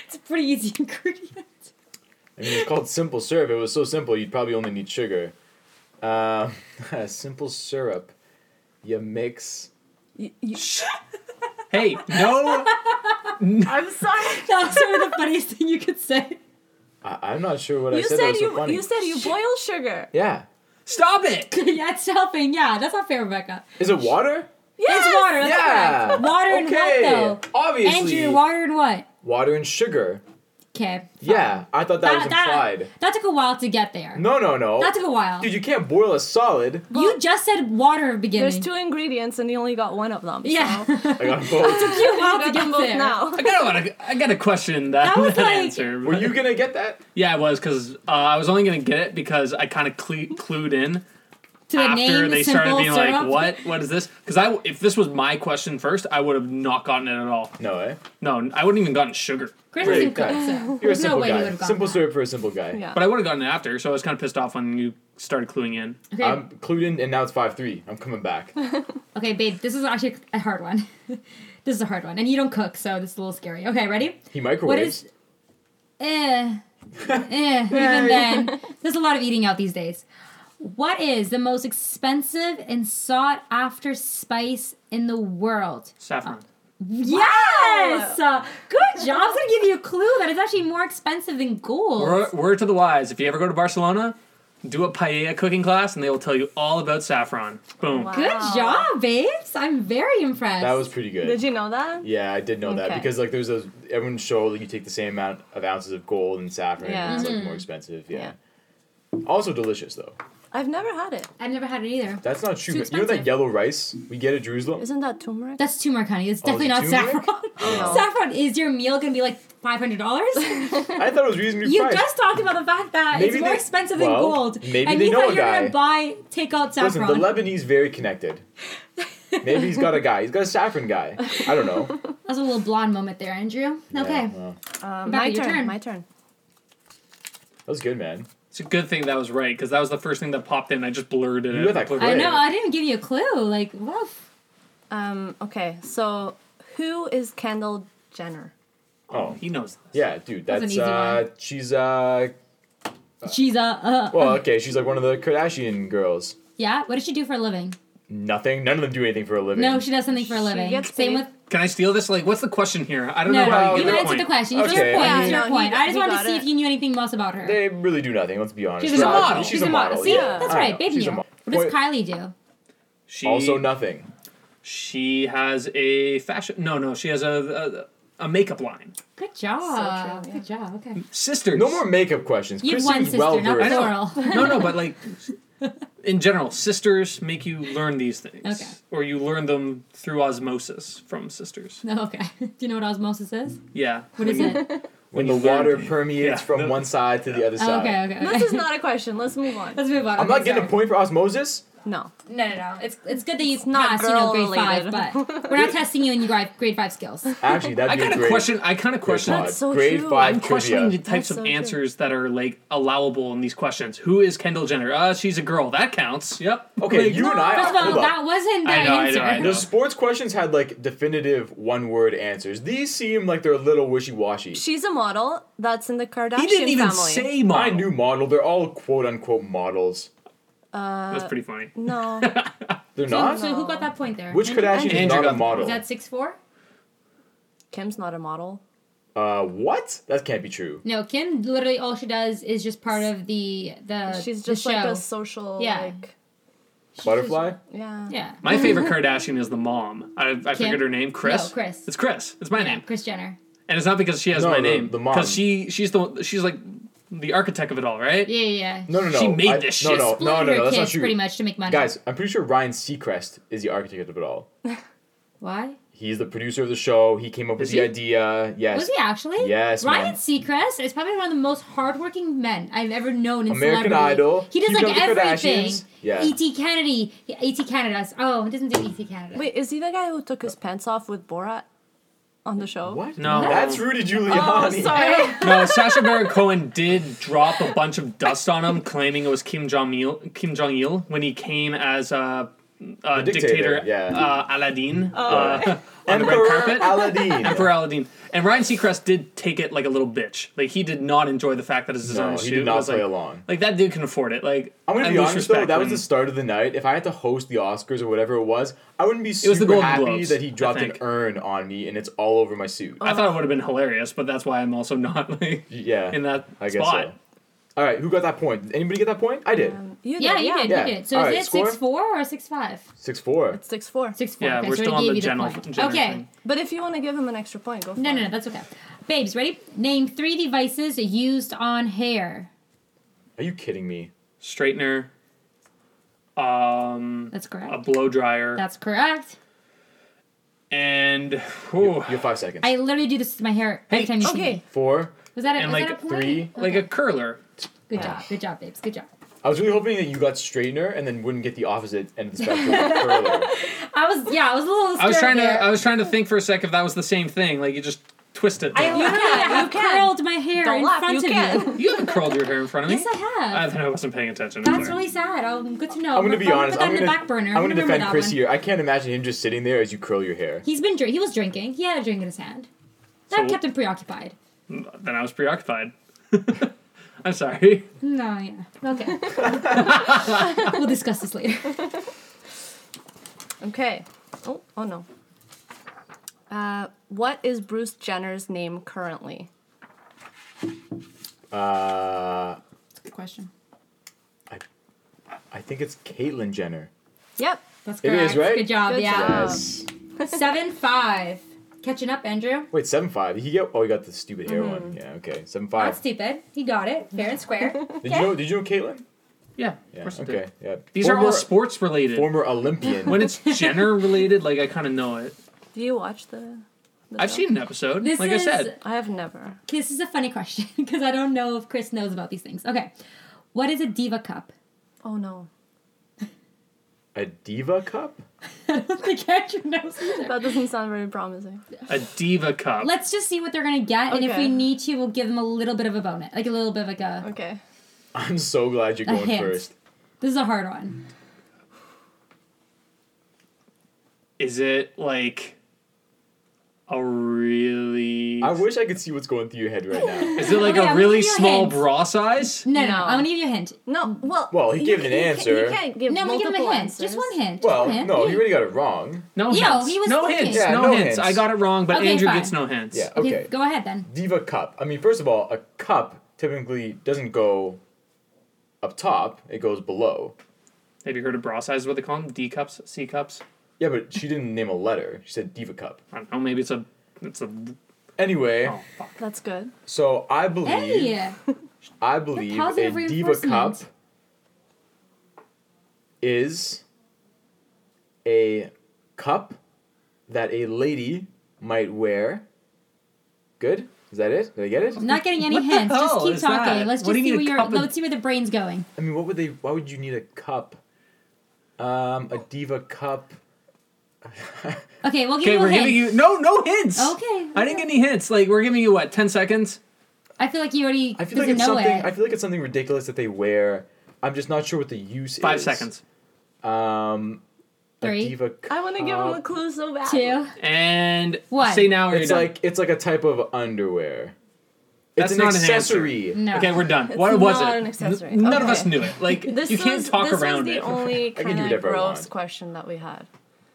D: it's a pretty easy ingredient. [laughs]
A: it's called simple syrup. It was so simple, you'd probably only need sugar. Um, [laughs] simple syrup. You mix.
B: Y- you-
C: hey, no [laughs]
B: I'm sorry.
D: That's sort of the funniest thing you could say.
A: I, I'm not sure what I
B: You
A: said.
B: said,
A: that was
B: you
A: so funny.
B: you said you boil sugar.
A: yeah.
C: stop it!
D: [laughs] yeah, it's helping. Yeah, that's not fair, Rebecca.
A: Is it water?
B: Yes!
D: It's water. That's
A: Yeah.
D: correct. Water and
A: okay.
D: what though?
A: Obviously.
D: Andrew, water and what?
A: water and sugar.
D: Okay.
A: Yeah, I thought that, was
D: that,
A: implied.
D: that took a while to get there.
A: no, no, no.
D: That took a while.
A: Dude, you can't boil a solid.
D: you just said water at the beginning.
B: There's two ingredients and you only got one of them.
D: Yeah.
B: So.
D: [laughs]
B: [laughs]
A: I got both.
D: you
B: You
D: have to
B: got
D: get
B: them both
A: [laughs]
D: there.
B: now. [laughs]
C: I gotta wanna, I gotta question that,
D: That
C: [laughs]
D: was
C: that
D: like-
C: answer.
A: Were you gonna get that?
C: Yeah, it was because uh, I was only gonna get it because I kind of cle- clued in
D: To the
C: after
D: name,
C: they
D: simple
C: started being
D: syrup.
C: like, "What? What is this?" Because I, if this was my question first, I would have not gotten it at all.
A: No, eh?
C: No, I wouldn't even gotten sugar,
D: Chris
A: Great
D: isn't
A: guy.
D: cooked, so
A: You're a
D: there's no
A: simple
D: way you would
A: guy.
D: have gotten
A: Simple
D: that.
A: syrup for a simple guy.
B: Yeah.
C: but I would have gotten it after. So I was kind of pissed off when you started cluing in.
D: Okay.
A: I'm clued in, and now it's five three. I'm coming
D: [laughs]
A: back.
D: okay, babe, this is actually a hard one. [laughs] this is a hard one, and you don't cook, so this is a little scary. Okay, ready?
A: He microwaves.
D: What is? [laughs] Eh, eh. Even then, there's a lot of eating out these days. What is the most expensive and sought after spice in the world?
C: Saffron.
D: Yes! Uh, good job. I was gonna give you a clue that it's actually more expensive than gold.
C: Word, Uh, word to the wise: If you ever go to Barcelona, do a paella cooking class, and they will tell you all about saffron. Boom.
B: Wow.
D: Good job, babes. I'm very impressed.
A: That was pretty good.
B: Did you know that?
A: Yeah, I did know that
B: Okay.
A: because like there's those everyone show like you take the same amount of ounces of gold and saffron
B: Yeah.
A: and it's
D: Mm-hmm.
A: like more expensive. Yeah. Also delicious though.
B: I've never had it.
D: I've never had it either.
A: That's not true.
D: too
A: You know that
D: expensive.
A: yellow rice we get at Jerusalem?
B: Isn't that turmeric?
D: That's turmeric, honey.
A: Oh,
D: It's definitely not
A: turmeric?
D: saffron.
A: No.
D: [laughs] saffron is your meal gonna be like five hundred dollars?
A: [laughs] I thought it was reasonably
D: You
A: priced.
D: just talked about the fact that
A: Maybe
D: it's more
A: they-
D: expensive
A: well,
D: than gold,
A: maybe
D: and
A: they
D: you
A: know
D: thought
A: a
D: you were
A: guy.
D: gonna buy takeout
A: Listen,
D: saffron.
A: the Lebanese very
D: [laughs]
A: connected. Maybe he's got a guy. He's got a saffron guy. I don't know.
D: That's a little blonde moment there, Andrew.
A: Yeah,
D: Okay,
A: well,
B: Uh,
D: Rebecca,
B: my
D: your
B: turn,
D: turn.
B: My turn.
A: that was good, man.
C: It's a good thing that was right because that was the first thing that popped in. I just blurred it.
A: You
C: out.
A: got that
C: Blurred
D: I
A: Right.
C: it.
D: know I didn't give you a clue. Like, woof.
B: Um, okay, so who is Kendall Jenner?
A: Oh.
C: He knows. This.
A: Yeah, dude,
D: That's
A: that's,
D: an easy
A: uh
D: one.
A: she's uh
D: She's a uh,
A: well, okay, she's like one of the Kardashian girls.
D: yeah. What does she do for a living?
A: Nothing. None of them do anything for a living.
D: No, she does something for a
B: She
D: living.
B: gets
D: Same
B: paid.
D: with
C: Can I steal this? Like, what's the question here? I don't
D: no.
C: know how
A: Well,
C: you
D: you
C: get
A: the
C: the
D: answered
C: point.
D: the question. You
A: Okay,
D: your point.
A: I
D: It's
B: mean-
D: your
B: No, he-
D: point. I just
B: he
D: wanted to
B: got
D: see
B: it.
D: if you knew anything else about her.
A: They really do nothing. Let's be honest.
D: She's a
A: Right.
C: model.
A: She's,
C: She's
A: a, model.
D: See,
A: yeah.
D: that's right. Babe
A: She's a
D: knew.
A: model.
D: What does
A: Wait,
D: Kylie do?
C: She
A: Also nothing.
C: She has a fashion. No, no, she has a a, a makeup line.
D: Good job.
B: true, yeah.
D: Good job. Okay.
C: Sisters.
A: No more makeup questions.
D: You
A: Chris
D: have one
A: seems
D: sister,
A: well
D: not
A: versed.
D: plural.
C: no, no, but like in general, sisters make you learn these things,
D: Okay.
C: or you learn them through osmosis from sisters.
D: No, okay. Do you know what osmosis is?
C: Yeah.
D: What is it? okay,
A: When
C: When
A: the
C: you learn-
A: water permeates
C: Yeah.
A: from one side to the other side.
D: okay, okay.
B: This is
D: [laughs]
B: not a question. Let's move on.
D: Let's move on.
A: I'm
D: okay,
A: not getting a
D: sorry.
A: point for osmosis.
B: No.
D: No, no, no. It's it's good that you
B: not
D: passed, you know, grade
B: girl-related.
D: five, but we're not testing you in your grade grade five skills.
A: Actually,
C: I
A: that'd be a
C: kind of
A: great.
C: question. I kind of
A: great
C: question.
A: pod.
B: That's so
A: grade
B: true.
A: five
C: I'm questioning the
A: trivia.
C: types
B: That's so
C: of
B: true.
C: answers that are like allowable in these questions. Who is Kendall Jenner? Uh, she's a girl. That counts. Yep.
A: Okay,
C: Like,
A: you and I.
D: First of all,
A: hold
D: that
A: up.
D: wasn't the
C: I know, I know,
D: answer.
C: I know.
A: The sports questions had like definitive one-word answers. These seem like they're a little wishy-washy.
B: She's a model that's in the Kardashian
C: He didn't even
B: family.
C: say mom.
A: I knew model. They're all quote-unquote models.
C: That's pretty funny.
B: No. [laughs]
A: They're
D: So,
A: not.
D: so who got that point there?
A: Which
D: Andrew?
A: Kardashian is
C: Andrew
A: not
C: got
A: a
C: the-
A: model?
D: Is that six four?
B: Kim's not a model.
A: Uh, what? That can't be true.
D: No, Kim literally all she does is just part of the the.
B: She's
D: the
B: just like
D: show.
B: a social,
D: Yeah.
B: like,
D: She's
A: Butterfly?
D: just-
B: yeah.
D: yeah.
C: My favorite Kardashian is the mom. I, I forget her name. Chris.
D: No, Chris.
C: It's Chris. It's my name,
D: Chris Jenner.
C: and it's not because she has
A: No,
C: my
A: the-
C: name.
A: the mom.
C: Because she she's the she's like the architect of it all, right?
D: Yeah, yeah. yeah.
A: No, no, no.
C: She made
A: I-
C: this
A: No,
C: shit.
A: no, no,
D: Exploited
A: no,
D: her
A: no. That's not
D: kids
A: true.
D: pretty much to make money.
A: Guys, I'm pretty sure Ryan Seacrest is the architect of it all.
D: why?
A: He's the producer of the show. He came up with
C: Is
A: the
C: he?
A: idea. Yes.
D: Was he actually?
A: Yes,
D: Ryan
A: man.
D: Seacrest is probably one of the most hardworking men I've ever known in
A: American
D: celebrity.
A: Idol.
D: He does
A: Keeping
D: like
A: Up with the
D: everything.
A: Kardashians. Yeah.
D: E.T. Kennedy. E.T. Canada. Oh, he doesn't do E.T. Canada.
B: Wait, is he the guy who took his pants off with Borat on the show?
A: What?
C: No.
A: That's Rudy
B: Oh,
A: Giuliani.
B: sorry.
C: No, Sasha Baron Cohen did drop a bunch of dust on him, claiming it was Kim Jong Il. Kim Jong Il when he came as a, a
A: The dictator,
C: dictator,
A: yeah.
C: uh, Aladdin uh,
A: [laughs]
C: on the red
A: Emperor
C: carpet.
A: Aladdin.
C: Emperor Aladdin. And Ryan Seacrest did take it like a little bitch. Like he did not enjoy the fact that his design
A: No,
C: shoot
A: he did not
C: was
A: play
C: like,
A: along.
C: Like that dude can afford it. Like
A: I'm gonna
C: I
A: be
C: lose
A: honest though,
C: respect
A: that was
C: when-
A: the start of the night. If I had to host the Oscars or whatever it was, I wouldn't be
C: was the
A: super
C: Golden
A: happy
C: Globes,
A: that he
C: I
A: dropped an
C: think. Oh,
A: urn on me and it's all over my suit.
C: I thought it would have been hilarious, but that's why I'm also [laughs] not like
A: yeah,
C: in that
A: I guess
C: spot.
A: so. All right, who got that point? Did anybody get that point? I did.
B: Um,
C: [laughs]
B: You
D: yeah,
B: did,
D: you did.
A: Yeah.
D: You did. So
A: All
D: is
A: right,
D: it
A: score?
D: six four or six five?
A: Six fofour
B: Six four.
D: Six four.
C: Yeah,
D: okay,
C: we're
D: so I
C: still on
D: gave
C: the
D: you
C: general,
D: point.
C: general
D: okay.
C: thing.
B: But if you want to give him an extra point, go for
D: No,
B: it.
D: no, no, that's okay. Babes, ready? Name three devices used on hair.
A: Are you kidding me?
C: Straightener, um,
D: That's
C: a
D: correct.
C: blow dryer,
D: That's correct.
C: and
A: You,
C: whew,
A: you have five seconds.
D: I literally do this to my hair every
C: Hey,
D: time you see
B: Okay.
D: me.
A: Four.
D: Was that a,
C: And
D: was
C: like
D: that a point?
A: three,
C: like a curler.
D: Good job. Good job, babes. Good job.
A: I was really hoping that you got straightener and then wouldn't get the opposite end of the
D: [laughs]
A: spectrum. curler.
D: I was, yeah, I was a little
C: I was
D: scared
C: trying
D: there.
C: to I was trying to think for a sec if that was the same thing. Like you just twist it.
D: You
B: You
D: literally
B: can,
D: have
B: you can.
D: curled my hair
B: Don't
D: in
B: laugh,
D: front
B: you
D: of
B: can.
D: you.
C: you haven't curled your hair in front of me.
D: [laughs] Yes, I have.
C: I then I wasn't paying attention. I'm
D: That's
C: sorry.
D: really sad. Oh, good to know.
A: I'm gonna
D: We're
A: be
D: gonna
A: honest.
D: Put that
A: I'm
D: in
A: gonna,
D: the back burner.
A: I'm gonna
D: remember
A: defend
D: that
A: Chris
D: one.
A: here. I can't imagine him just sitting there as you curl your hair.
D: He's been drink. He was drinking. He had a drink in his hand. That
C: So-
D: kept him preoccupied.
C: Then I was preoccupied. [laughs] I'm sorry.
D: No, yeah. Okay.
A: [laughs]
D: we'll discuss this later.
B: [laughs] Okay. Oh, oh no. Uh, what is Bruce Jenner's name currently?
A: Uh,
D: That's a good question.
A: I think it's Caitlyn Jenner.
B: Yep.
D: That's
A: It
D: correct.
A: is, right?
D: Good job.
B: Good
D: yeah.
B: job.
A: Yes.
D: Seven five. Catching up, Andrew.
A: Wait, seven five. Did he get? Oh, he got the stupid hair
D: Mm-hmm.
A: one. Yeah. Okay. Seven
D: Not
A: five.
D: stupid. He got it. Fair and square.
A: Did
B: [laughs]
A: you know? Did you know Caitlyn?
C: [laughs] Yeah.
A: Yeah.
C: Of course I
A: okay.
C: did.
A: Yeah.
C: These are all
A: Former-
C: sports related.
A: Former Olympian.
C: When
D: [laughs]
C: it's Jenner related, like I kind of know it.
B: Do you watch the? the
C: I've
B: show?
C: seen an episode.
D: This
C: like
D: is
C: I said,
B: I have never.
D: this is a funny question [laughs] because I don't know if Chris knows about these things. Okay. What is a diva cup?
B: Oh no.
A: a diva cup.
D: [laughs] I don't think Andrew knows either.
B: That doesn't sound very promising.
C: a diva cup.
D: Let's just see what they're gonna get, and if
B: Okay.
D: we need to, we'll give them a little bit of a bonus, like a little bit of like a.
B: Okay.
A: I'm so glad you're
D: A
A: going
D: hint.
A: first.
D: This is a hard one.
C: is it like a really?
A: I wish I could see what's going through your head
D: [laughs]
A: right now.
C: Is it like
D: Okay, I'm
C: a
D: gonna
C: really
D: give you a
C: small
D: hint.
C: bra size?
D: No, no, no.
B: No.
D: I want to give you a hint.
B: No. Well.
A: Well, he
B: you
A: gave an
B: ca- you ca-
A: answer.
B: You can't give
D: no, I'm gonna give
B: multiple
D: him a hint.
B: answers.
D: Just one hint. Just one
A: Well,
D: hint.
A: no,
D: Yeah.
A: you already got it wrong.
C: No
D: Yo,
C: hints.
D: he was
C: no
D: thinking.
C: hints.
A: Yeah,
C: no,
A: no
C: hints.
A: hints.
C: I got it wrong, but
D: Okay,
C: Andrew
D: fine.
C: gets no hints.
A: Yeah.
D: Okay,
A: Okay.
D: go ahead then.
A: Diva cup. I mean, first of all, a cup typically doesn't go up top; it goes below.
C: Have you heard of bra sizes? What they call them? D cups, C cups.
A: Yeah, but she didn't name a letter. She said diva cup.
C: I don't know. Maybe it's a. It's a.
A: Anyway,
C: Oh fuck.
B: That's good.
A: so I believe
D: Hey,
A: I believe
D: positive
A: a diva cup
D: reinforcement.
A: is a cup that a lady might wear. Good? Is that it? Did I get it?
D: I'm not getting any
C: What the
D: hints. Just
C: hell
D: keep
C: is
D: talking.
C: that?
D: Let's
C: What do
D: just
C: you
D: see
C: need
D: where
C: a
D: your
C: cup of-
D: let's see where the brain's going.
A: I mean, what would they? Why would you need a cup? Um, a diva cup.
D: Okay, we'll give
C: Okay,
D: you a
C: we're
D: hint.
C: giving you no, no hints.
D: Okay.
C: I didn't get any hints. Like we're giving you what, ten seconds?
D: I feel like you already
A: I
D: doesn't
A: feel like it's
D: know
A: something.
D: it.
A: I feel like it's something ridiculous that they wear. I'm just not sure what the use
C: Five
A: is.
C: seconds.
A: Um,
D: Three,
A: a diva cup.
B: I want to give him a clue so bad.
D: Two.
C: And
D: One.
C: say now or
A: It's
C: you're done.
A: like it's like a type of underwear.
C: That's
A: it's an
C: not an answer.
A: accessory.
D: No.
C: Okay, we're done.
B: It's
C: what was
B: not
C: it?
B: an accessory.
C: N- None of
B: Okay.
C: us knew it. Like
B: This
C: you can't
B: was,
C: talk
B: this
C: around
B: was the
C: it. [laughs]
B: only
A: can do
B: kind of
A: whatever I want.
B: gross question that we had.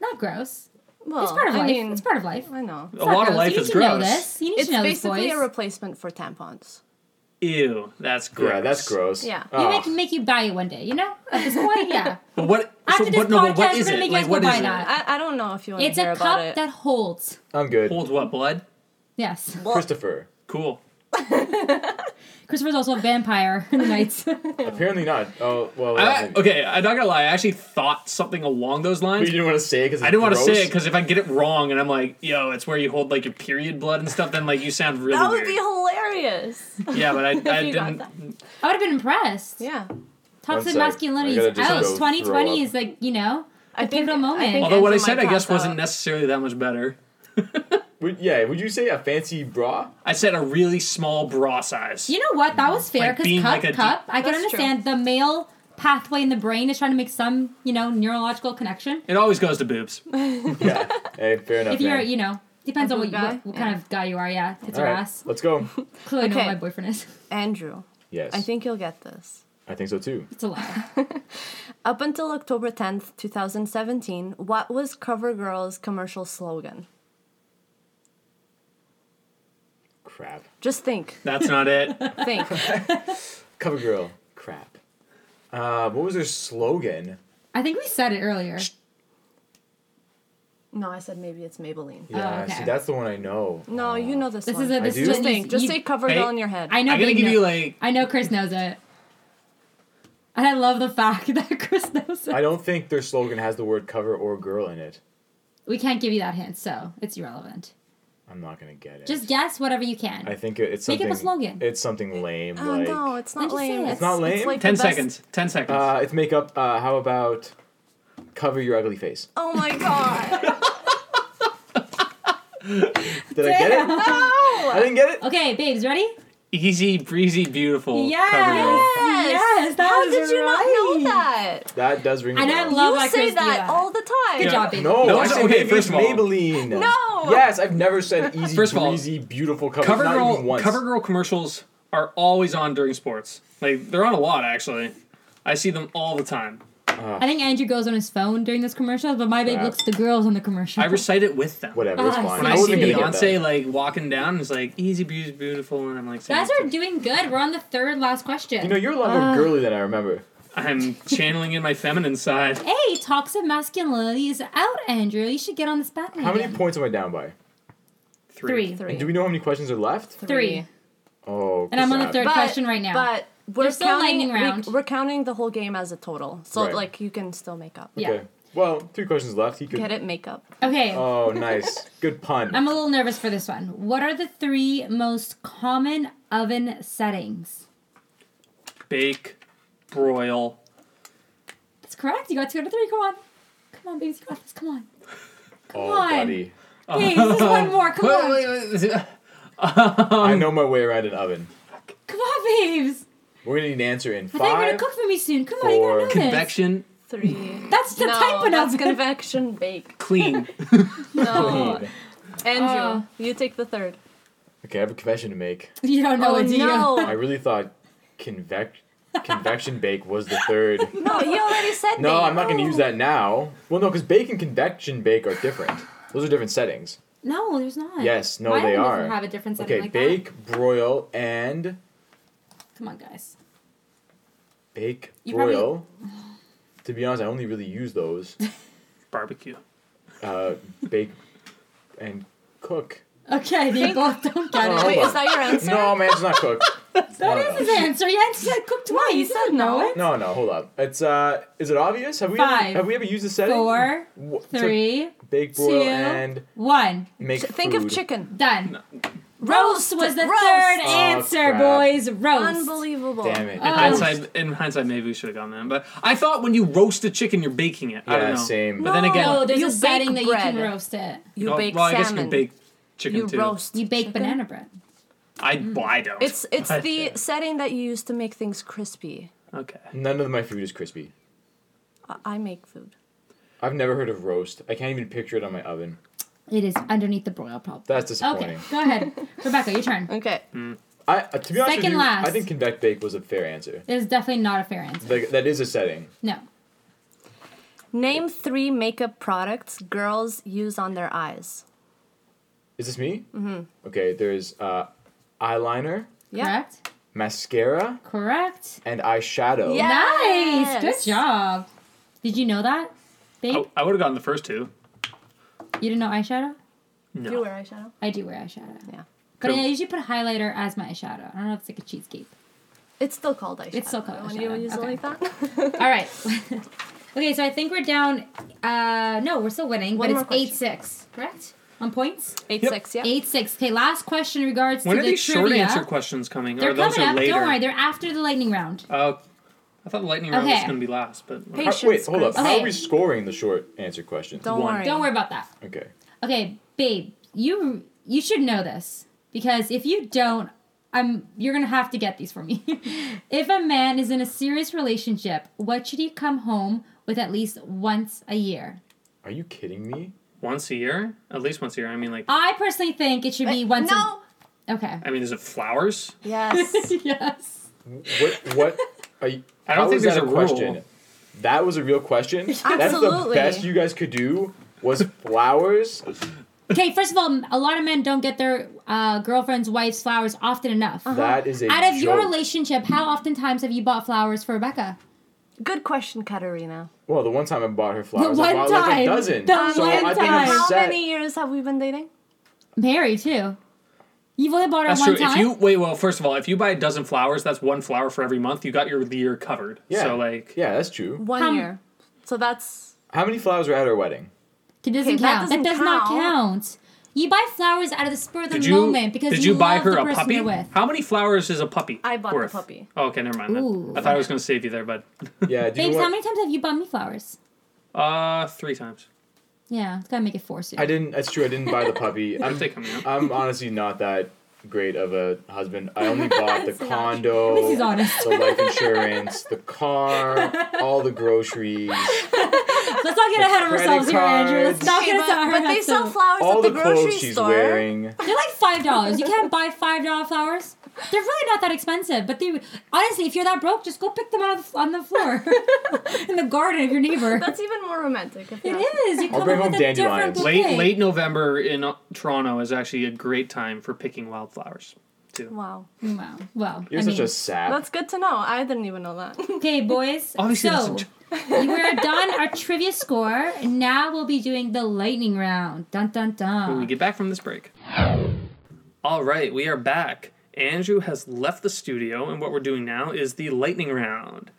D: Not gross.
B: Well,
D: it's part of
B: I
D: life.
B: mean,
D: it's part of life.
B: I know.
C: a lot of
D: Gross.
C: life
D: you
C: is
D: need to
C: gross.
D: know this. You need
B: It's
D: to know this,
B: basically a
D: boys.
B: replacement for tampons.
C: Ew, that's gross.
A: Yeah, that's gross.
B: Yeah.
D: You
A: Ah.
D: make make you buy it one day. You know, at this
B: [laughs]
D: point, yeah.
C: But what?
D: After
C: so
D: this
C: what? No, but
D: podcast,
C: what
D: we're
C: is
D: gonna
C: it?
D: make
C: Like,
D: you
C: what
D: buy
C: is
D: that.
C: it?
B: I, I don't know if you want
D: Uh, It's
B: to hear
D: a
B: about
D: cup
B: it.
D: that holds.
A: I'm good.
C: Holds what? Blood?
D: Yes,
A: Christopher.
C: Cool.
D: Christopher's also a vampire [laughs] in the nights.
A: Apparently not. Oh well.
C: I,
A: yeah, maybe.
C: okay, I'm not gonna lie. I actually thought something along those
A: But
C: lines.
A: you didn't want to say it because
C: I didn't want to say it because if I get it wrong and I'm like, "Yo, it's where you hold like your period blood and stuff," then like you sound really
B: That would
C: weird.
B: be hilarious. [laughs]
C: yeah, but I, I
B: you got
C: didn't.
D: I would have been impressed.
B: Yeah.
A: One
D: Toxic
A: sec.
D: masculinity
A: I gotta
D: is
A: just
D: out.
A: go
D: 2020
A: throw
D: is like you know
B: I
D: a
B: think-
D: pivotal
B: I think-
D: moment.
C: Although what I
B: Answer
C: said,
B: my
C: I guess,
B: thoughts
C: wasn't
B: out.
C: necessarily that much better.
A: Would, yeah. Would you say a fancy
D: [laughs]
A: bra?
C: I said a really small bra size.
D: You know what? That was fair
C: Like
D: because
C: being
D: cup,
C: like a deep-
D: cup. I can
B: That's true.
D: understand the male pathway in the brain is trying to make some you know neurological connection.
C: It always goes to boobs.
A: Yeah. hey, fair enough.
D: If you're E
A: man.
D: you know depends
B: A
D: on what,
B: boob
D: you,
B: guy?
D: what, what kind
B: Yeah.
D: of guy you are. Yeah, it's
A: All
D: your
A: right,
D: ass.
A: Let's
D: [laughs]
A: go.
D: Clearly, know
B: Okay.
D: what my boyfriend is. [laughs]
B: Andrew,
A: Yes.
B: I think you'll get this.
A: I think so too.
D: It's a lie.
B: Up until October 10th, 2017, what was CoverGirl's commercial slogan?
A: Crap.
B: Just think.
C: That's not
B: [laughs]
C: it.
A: [laughs]
B: Think.
A: CoverGirl. Crap. Uh, what was their slogan?
D: I think we said it earlier.
B: no, I said maybe it's Maybelline.
A: Yeah.
D: Oh, okay.
A: See, that's the one I know.
B: No, you know this,
D: This
B: one.
D: is a. This
A: do?
D: is a-
B: just think. Just
D: you-
B: say CoverGirl
C: Hey,
B: in your head.
D: I know.
C: I'm gonna
D: Big
C: give
D: no-
C: you like.
D: I know Chris knows it. And I love the fact [laughs] that Chris knows
A: [laughs]
D: it.
A: I don't think their slogan has the word cover or girl in it.
D: We can't give you that hint, so it's irrelevant.
A: I'm not gonna get it.
D: Just guess whatever you can.
A: I think it- it's
D: Make
A: something.
D: up a slogan.
A: It's something lame.
B: oh,
A: like,
B: no, it's not
D: just say
B: lame.
D: it.
A: It's not lame?
B: like the
C: Ten
B: best-
C: seconds. Ten seconds.
A: Uh, it's makeup. Uh, how about cover your ugly face?
B: Oh
D: [laughs]
B: my god.
A: Did I get it? I didn't get it.
D: Okay, babes, ready?
C: Easy breezy, beautiful.
D: Yes.
C: cover.
B: yes.
D: Yes, that
B: How
D: is
B: did you not know
D: right.
B: that?
A: That does ring. a
D: And I
A: bell.
D: love
B: you
D: that
B: say
D: Chris
B: that
D: Dion.
B: all the time.
D: Good job, babe.
A: No,
C: No,
A: I
C: it's-
A: said
C: okay,
A: maybe it's
C: first of all-
A: Maybelline.
B: No!
A: Yes, I've never said easy,
C: [laughs] First of all,
A: breezy, beautiful cover. not even
C: CoverGirl
A: once.
C: CoverGirl commercials are always on during sports. Like they're on a lot actually. I see them all the time.
D: I think Andrew goes on his phone during this commercial, but my babe
A: Crap.
D: looks at the girls on the commercial. [laughs]
C: I recite it with them.
A: Whatever, it's
D: Ah, I
A: fine.
D: see.
C: When I,
D: I
C: see
A: wasn't gonna get
C: Beyonce
A: that.
C: like walking down, it's like easy breezy, beautiful, and I'm like,
D: Guys
C: saying-
D: are doing good. We're on the third last question.
A: You know, you're a lot
D: Ah.
A: more girly than I remember.
D: [laughs]
C: I'm channeling in my feminine side.
D: hey, toxic masculinity is out, Andrew. You should get on this bandwagon.
A: How many points am I down by?
D: Three.
B: Three.
A: Do we know how many questions are left?
D: Three.
A: Oh,
D: And I'm on the
A: crap.
D: third. question right now.
B: But we're
D: There's still
B: counting,
D: lightning round.
B: We, we're counting the whole game as a total. So
A: Right.
B: like you can still make up.
D: Yeah.
A: Okay. Well, three questions left. He could.
B: Get it make up.
D: Okay. [laughs]
A: Oh, nice. Good pun.
D: I'm a little nervous for this one. What are the three most common oven settings?
C: Bake, broil.
D: That's correct. You got two out of three. Come on. Come on, babies. You got this. Come on.
A: oh,
D: on.
A: buddy.
D: [laughs] Hey, this is one more. Come
C: Wait,
D: on.
C: wait, wait, is it-
A: [laughs]
C: Um,
A: I know my way around an oven.
D: Come on, babes.
A: We're gonna need an answer in
D: I thought you were
A: five.
D: gonna cook for me soon. Come on, you
A: four,
D: gotta know this.
C: Convection,
B: Three.
D: That's the
B: no,
D: type of
B: that's
D: oven.
B: convection bake.
D: [laughs]
C: clean.
B: [laughs]
A: [laughs]
B: No.
A: Clean.
B: Andrew,
D: Oh.
B: you take the third.
A: Okay, I have a confession to make.
D: [laughs] You don't know
B: oh
D: it, do you? [laughs]
A: I
B: no.
A: really thought convec- convection bake was the
D: [laughs]
A: third.
B: no, you already said
A: No,
B: bake.
A: I'm not going to use that now. Well, no, because bake and convection bake are different. Those are different settings.
D: No, there's not.
A: Yes, no,
D: My
A: they
D: oven
A: are.
D: doesn't have a different setting
A: Okay,
D: like
A: bake, broil, and
D: that. Come on, guys.
A: bake,
D: You probably-
A: broil. To be honest, I only really use
D: [laughs]
A: those.
C: Barbecue.
D: Oh.
A: Uh, bake and cook.
D: Okay, they both don't get
A: Oh,
D: it.
B: Wait,
A: hold
B: is that your answer?
A: No, man, it's not cook.
D: [laughs] That is his answer. You had to cook twice.
B: you said no.
D: it.
A: No, no, hold up. It's uh, is it obvious? Have we
D: Five,
A: Ever, have we ever used the setting?
D: Four,
A: Wha- it's like
D: three,
A: bake, broil,
D: two,
A: and
D: one.
A: make.
B: Ch- Think of
A: food.
B: chicken.
D: Done.
B: Roast
D: was the
B: roast.
D: third
A: Oh,
D: answer,
A: crap.
D: boys. Roast.
B: Unbelievable.
A: Damn it.
C: In
D: Oh.
C: hindsight, in hindsight, maybe we should have gone then. But I thought when you roast a chicken, you're baking it. I
A: Yeah,
C: don't know.
A: same.
C: But then again,
D: No, Oh, there's
B: You
D: a
B: bake
D: setting that you
B: bread.
D: can roast it.
B: You
C: oh,
B: bake
C: well, I guess
B: salmon.
C: you can bake chicken
B: you
C: too.
B: roast.
D: You bake
B: chicken.
D: banana bread.
C: I, well, I don't.
B: It's it's
C: But-
B: the setting that you use to make things crispy.
C: okay.
A: None of my food is crispy.
B: I, I make food.
A: I've never heard of roast. I can't even picture it on my oven.
D: It is underneath the broil problem.
A: That's
D: Okay,
A: disappointing.
D: go ahead. [laughs] Rebecca, your turn.
B: Okay.
A: I, uh, to be honest with
D: Second
A: you,
D: last.
A: I think convect bake was a fair answer.
D: It is definitely not a fair answer.
A: Like that is a setting.
D: No.
B: Name three makeup products girls use on their eyes.
A: Is this me? Mm-hmm. Okay, there's uh, eyeliner,
B: Yeah.
D: Correct.
A: mascara,
D: Correct.
A: and eyeshadow.
B: Yeah. Yes.
D: Nice. Good job. Did you know that, babe?
C: I, I would have gotten the first two.
D: You didn't know eyeshadow?
B: Do you wear eyeshadow?
D: I do wear eyeshadow.
B: Yeah.
D: But
C: Cool.
D: I usually put highlighter as my eyeshadow. I don't know if it's like a cheesecake.
B: It's still called eyeshadow.
D: It's still called
B: When you
D: eyeshadow.
B: use it
D: Okay.
B: like that.
D: All right. [laughs] okay, so I think we're down. Uh, no, we're still winning,
B: One
D: but
B: more
D: it's eight six. Correct. On points.
B: [laughs] Eight six. Yeah.
D: Eight six. Okay, last question in regards
C: When
D: to
C: are
D: the
C: these short
D: trivia.
C: answer questions coming?
D: They're
C: or those
D: coming
C: are
D: up.
C: later?
D: Don't worry, they're after the lightning round.
C: Oh, I thought the lightning round was
D: Okay.
C: going to be last, but
A: How- wait,
B: Patience,
A: hold up.
B: Chris.
A: How are
D: Okay.
A: we scoring the short answer question?
B: Don't
C: One.
B: worry.
D: Don't worry about that.
A: Okay.
D: Okay, babe, you you should know this because if you don't, I'm you're gonna have to get these for me. [laughs] if a man is in a serious relationship, what should he come home with at least once a year?
A: Are you kidding me?
C: once a year, at least once a year. I mean, like,
D: I personally think it should be once.
B: Eh, No.
D: A, okay. [laughs]
C: I mean, is it flowers?
B: Yes.
D: yes.
A: What? What? Are you,
C: [laughs] I don't
A: how
C: think
A: is
C: there's
A: that a
C: a rule.
A: question. That was a real
D: [laughs]
A: question. That's the
B: Absolutely.
A: best you guys could do was flowers.
D: Uh-huh. Okay. First of all, a lot of men don't get their uh, girlfriends, wives flowers often enough.
A: That is a
D: Out of your
A: joke.
D: relationship, how often times have you bought flowers for Rebecca?
B: Good question, Katarina.
A: Well, the one time I bought her flowers,
D: one
A: I bought like
D: time.
A: a dozen.
D: The
A: so
D: one
A: I've been
D: time.
B: How
A: upset.
B: many years have we been dating?
D: Mary too. You've only bought her
C: That's
D: one
C: true.
D: time.
C: If you wait, well, first of all, if you buy a dozen flowers, that's one flower for every month. You got your the year covered.
A: Yeah.
C: So like,
A: yeah, that's true.
B: One
D: Come-
B: year. So that's
A: How many flowers were at our
C: [laughs]
A: wedding?
D: It doesn't
B: Okay, that
D: count.
B: doesn't
D: That does not
B: count.
D: count. You buy flowers out of the spur of the
C: did you
D: moment because
C: did you, buy
D: love
C: her
D: the
C: a
D: person
C: puppy?
D: you're With.
C: How many flowers is a puppy?
B: I bought the
C: worth?
B: puppy.
C: Oh, okay, never mind. then.
D: Ooh.
C: I thought I was going to save you there, but
A: Yeah, do you
D: Babes,
A: know
D: how
A: what?
D: many times have you bought me flowers?
C: uh, three times.
D: Yeah, it's gotta make it four soon.
A: I didn't. That's true. I didn't buy the
C: [laughs]
A: puppy. I'm,
C: Birthday coming up.
A: I'm honestly not that great of a husband. I only bought the
B: [laughs] It's not-
A: condo,
D: This is honest.
A: the life insurance, the
B: [laughs]
A: car, all the groceries,
D: Let's
C: [laughs]
D: not get ahead of
A: credit
D: ourselves here, Andrew. Let's
A: cards.
D: not
B: Okay,
D: get
B: but,
D: ahead of
B: but they
D: ourselves.
B: sell flowers
A: all
B: at
A: the,
B: the,
A: clothes
B: grocery
A: she's
B: store.
A: wearing.
D: They're like five dollars. You can't buy five dollar flowers. They're really not that expensive. But they honestly, if you're that broke, just go pick them out of the, on the floor [laughs] in the garden of your neighbor.
B: [laughs] That's even more romantic. If
D: it
B: you
D: is. You come
A: bring
D: up
A: home
D: with a different
A: dandelions.
C: Late
D: bouquet.
C: late November in uh, Toronto is actually a great time for picking wildflowers. Too.
B: Wow.
D: Wow. Well,
A: You're
D: I
A: such
D: mean-
A: a sap.
B: That's good to know. I didn't even know that.
D: Okay, boys.
C: Obviously, that's
D: so
C: a j-
D: we're done our trivia score. Now we'll be doing the lightning round. Dun dun
C: when we
D: dun.
C: get back from this break. All right, we are back. Andrew has left the studio, and what we're doing now is the lightning round.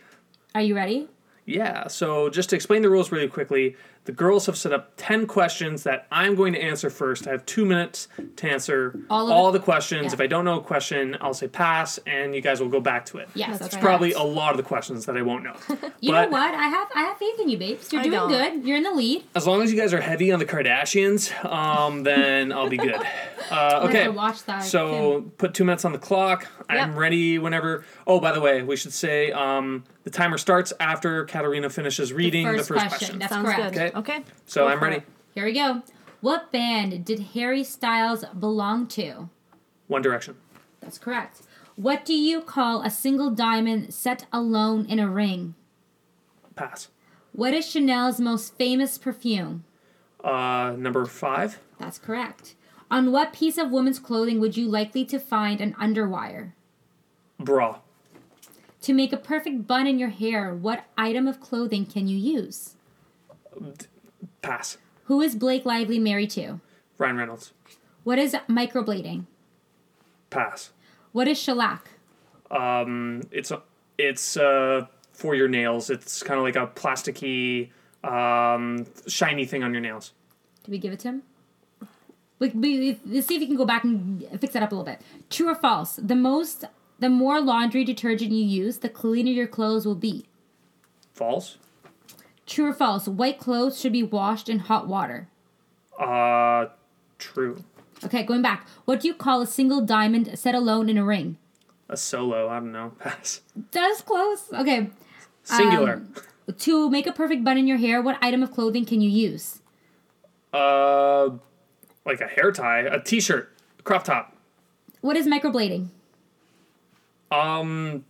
D: Are you ready?
C: Yeah, so just to explain the rules really quickly, the girls have set up 10 questions that I'm going to answer first. I have two minutes to answer
D: All
C: all,
D: of
C: the questions.
D: Yeah.
C: If I don't know a question, I'll say pass, and you guys will go back to it.
D: Yes,
B: That's
D: that's
C: Probably a
D: correct.
C: lot of the questions that I won't know.
D: [laughs] You
C: but
D: know what? I have I have faith in you, babes. You're
B: I
D: doing
B: don't.
D: good. You're in the lead.
C: as long as you guys are heavy on the Kardashians, um, then I'll be good. Uh,
D: I
C: okay.
D: have to watch that.
C: So put two minutes on the clock. I'm
B: Yep.
C: ready whenever. Oh, by the way, we should say um, the timer starts after Katerina finishes reading the first, question.
D: That's
B: Sounds
D: correct.
B: good.
C: Okay.
B: Okay.
C: so
B: Go
C: I'm
B: for
C: ready.
B: it.
D: Here we go. What band did Harry Styles belong to?
C: One Direction.
D: That's correct. What do you call a single diamond set alone in a ring?
C: Pass.
D: What is Chanel's most famous perfume?
C: Uh, number five.
D: That's correct. On what piece of woman's clothing would you likely to find an underwire?
C: Bra.
D: To make a perfect bun in your hair, what item of clothing can you use?
C: Pass.
D: Who is Blake Lively married to?
C: Ryan Reynolds.
D: What is microblading?
C: Pass.
D: What is shellac?
C: Um, it's it's uh for your nails. It's kind of like a plasticky, um, shiny thing on your nails.
D: Did we give it to him? We, we, let's see if you can go back and fix that up a little bit. True or false? The most, the more laundry detergent you use, the cleaner your clothes will be.
C: False.
D: True or false? White clothes should be washed in hot water.
C: Uh, true.
D: Okay, going back. What do you call a single diamond set alone in a ring?
C: A solo. I don't know. [laughs] Pass.
D: That's close. Okay.
C: Singular.
D: Um, To make a perfect bun in your hair, what item of clothing can you use?
C: Uh, like a hair tie, a t-shirt, crop top.
D: What is microblading?
C: Um,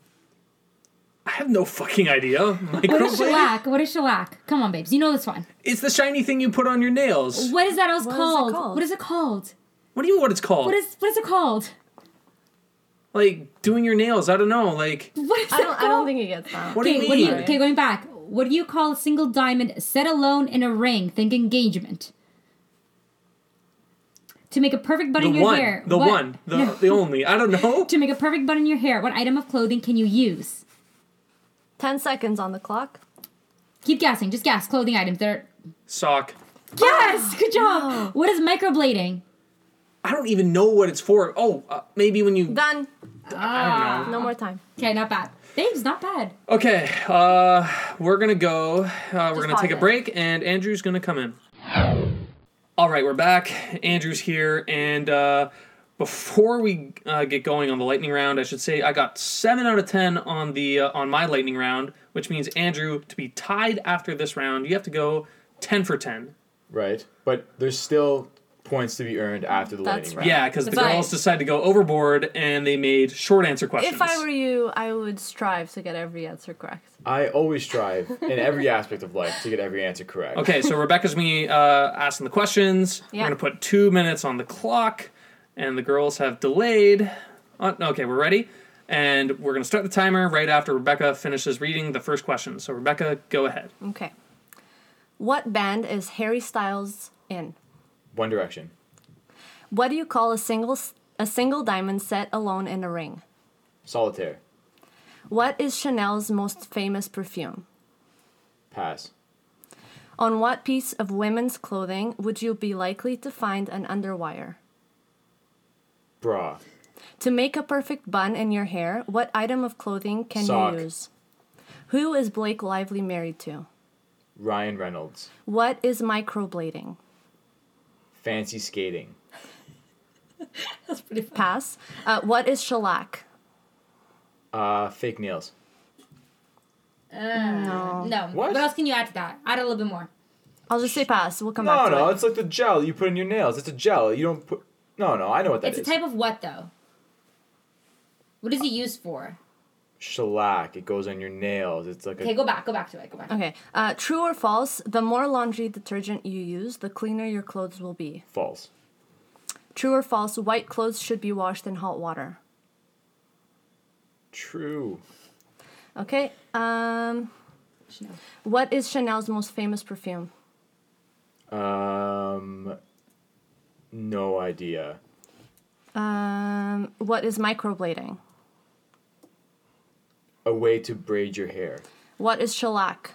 C: I have no fucking idea. [laughs]
D: What is
C: Microblade?
D: shellac? What is shellac? Come on, babes. You know this one.
C: It's the shiny thing you put on your nails.
D: What is that else
B: What is it
D: called?
B: called?
D: What is it called?
C: What do you mean what it's called?
D: What is what is it called?
C: like doing your nails, I don't know. Like
D: What is
B: I
D: it
B: don't,
D: called?
B: I don't think he gets that.
C: What do you
D: okay, what do you,
C: mean?
D: okay, going back. What do you call a single diamond set alone in a ring? Think engagement. To make a perfect bun
C: the
D: in your
C: one.
D: hair.
C: The
D: what-
C: one. The, the only. I don't
D: [laughs]
C: know.
D: To make a perfect bun in your hair, what item of clothing can you use?
B: Ten seconds on the clock.
D: Keep guessing. Just guess. Clothing items. They're
C: Sock.
D: yes. Good job. What is microblading?
C: I don't even know what it's for. Oh, uh, maybe when you.
B: Done.
C: I don't know.
B: No more time.
D: Okay, not bad. Babes, not bad.
C: Okay, uh, we're gonna go. Uh, we're gonna
B: pause
C: take a
B: it.
C: break, and Andrew's gonna come in. All right, we're back. Andrew's here, and uh, before we uh, get going on the lightning round, I should say I got seven out of ten on the uh, on my lightning round, which means Andrew to be tied after this round, you have to go ten for ten.
A: Right. But there's still points to be earned after the
B: That's
A: lightning
B: right.
A: round.
C: Yeah, because the
B: Right.
C: girls decided to go overboard, and they made short answer questions.
B: If I were you, I would strive to get every answer correct.
A: I always strive in every aspect of life to get every answer correct.
C: Okay, so Rebecca's me uh, asking the questions.
B: Yeah.
C: We're gonna put two minutes on the clock, and the girls have delayed. Uh, okay, we're ready, and we're gonna start the timer right after Rebecca finishes reading the first question. So Rebecca, go ahead.
B: Okay. What band is Harry Styles in?
A: One Direction.
B: What do you call a single s- a single diamond set alone in a ring?
A: Solitaire.
B: What is Chanel's most famous perfume?
A: Pass.
B: On what piece of women's clothing would you be likely to find an underwire?
A: Bra.
B: To make a perfect bun in your hair, what item of clothing can
A: Sock.
B: you use? Who is Blake Lively married to?
A: Ryan Reynolds.
B: What is microblading?
A: Fancy skating.
B: Pass. Uh, what is shellac?
A: Uh, fake nails.
D: no. No.
A: What?
D: else can you add to that? Add a little bit more.
B: I'll just say pass. We'll come
A: No,
B: back to
A: no,
B: it.
A: it's like the gel you put in your nails. It's a gel. You don't put. No, no, I know what that
D: It's
A: is.
D: a type of what though? What is it used for?
A: Shellac. It goes on your nails. It's like
D: Okay,
A: a.
D: go back. Go back to it. Go back.
B: Okay. Uh, true or false? The more laundry detergent you use, the cleaner your clothes will be.
A: False.
B: True or false? White clothes should be washed in hot water.
A: True.
B: Okay. Um,
D: Chanel.
B: what is Chanel's most famous perfume?
A: Um. No idea.
B: Um, what is microblading?
A: A way to braid your hair.
B: What is shellac?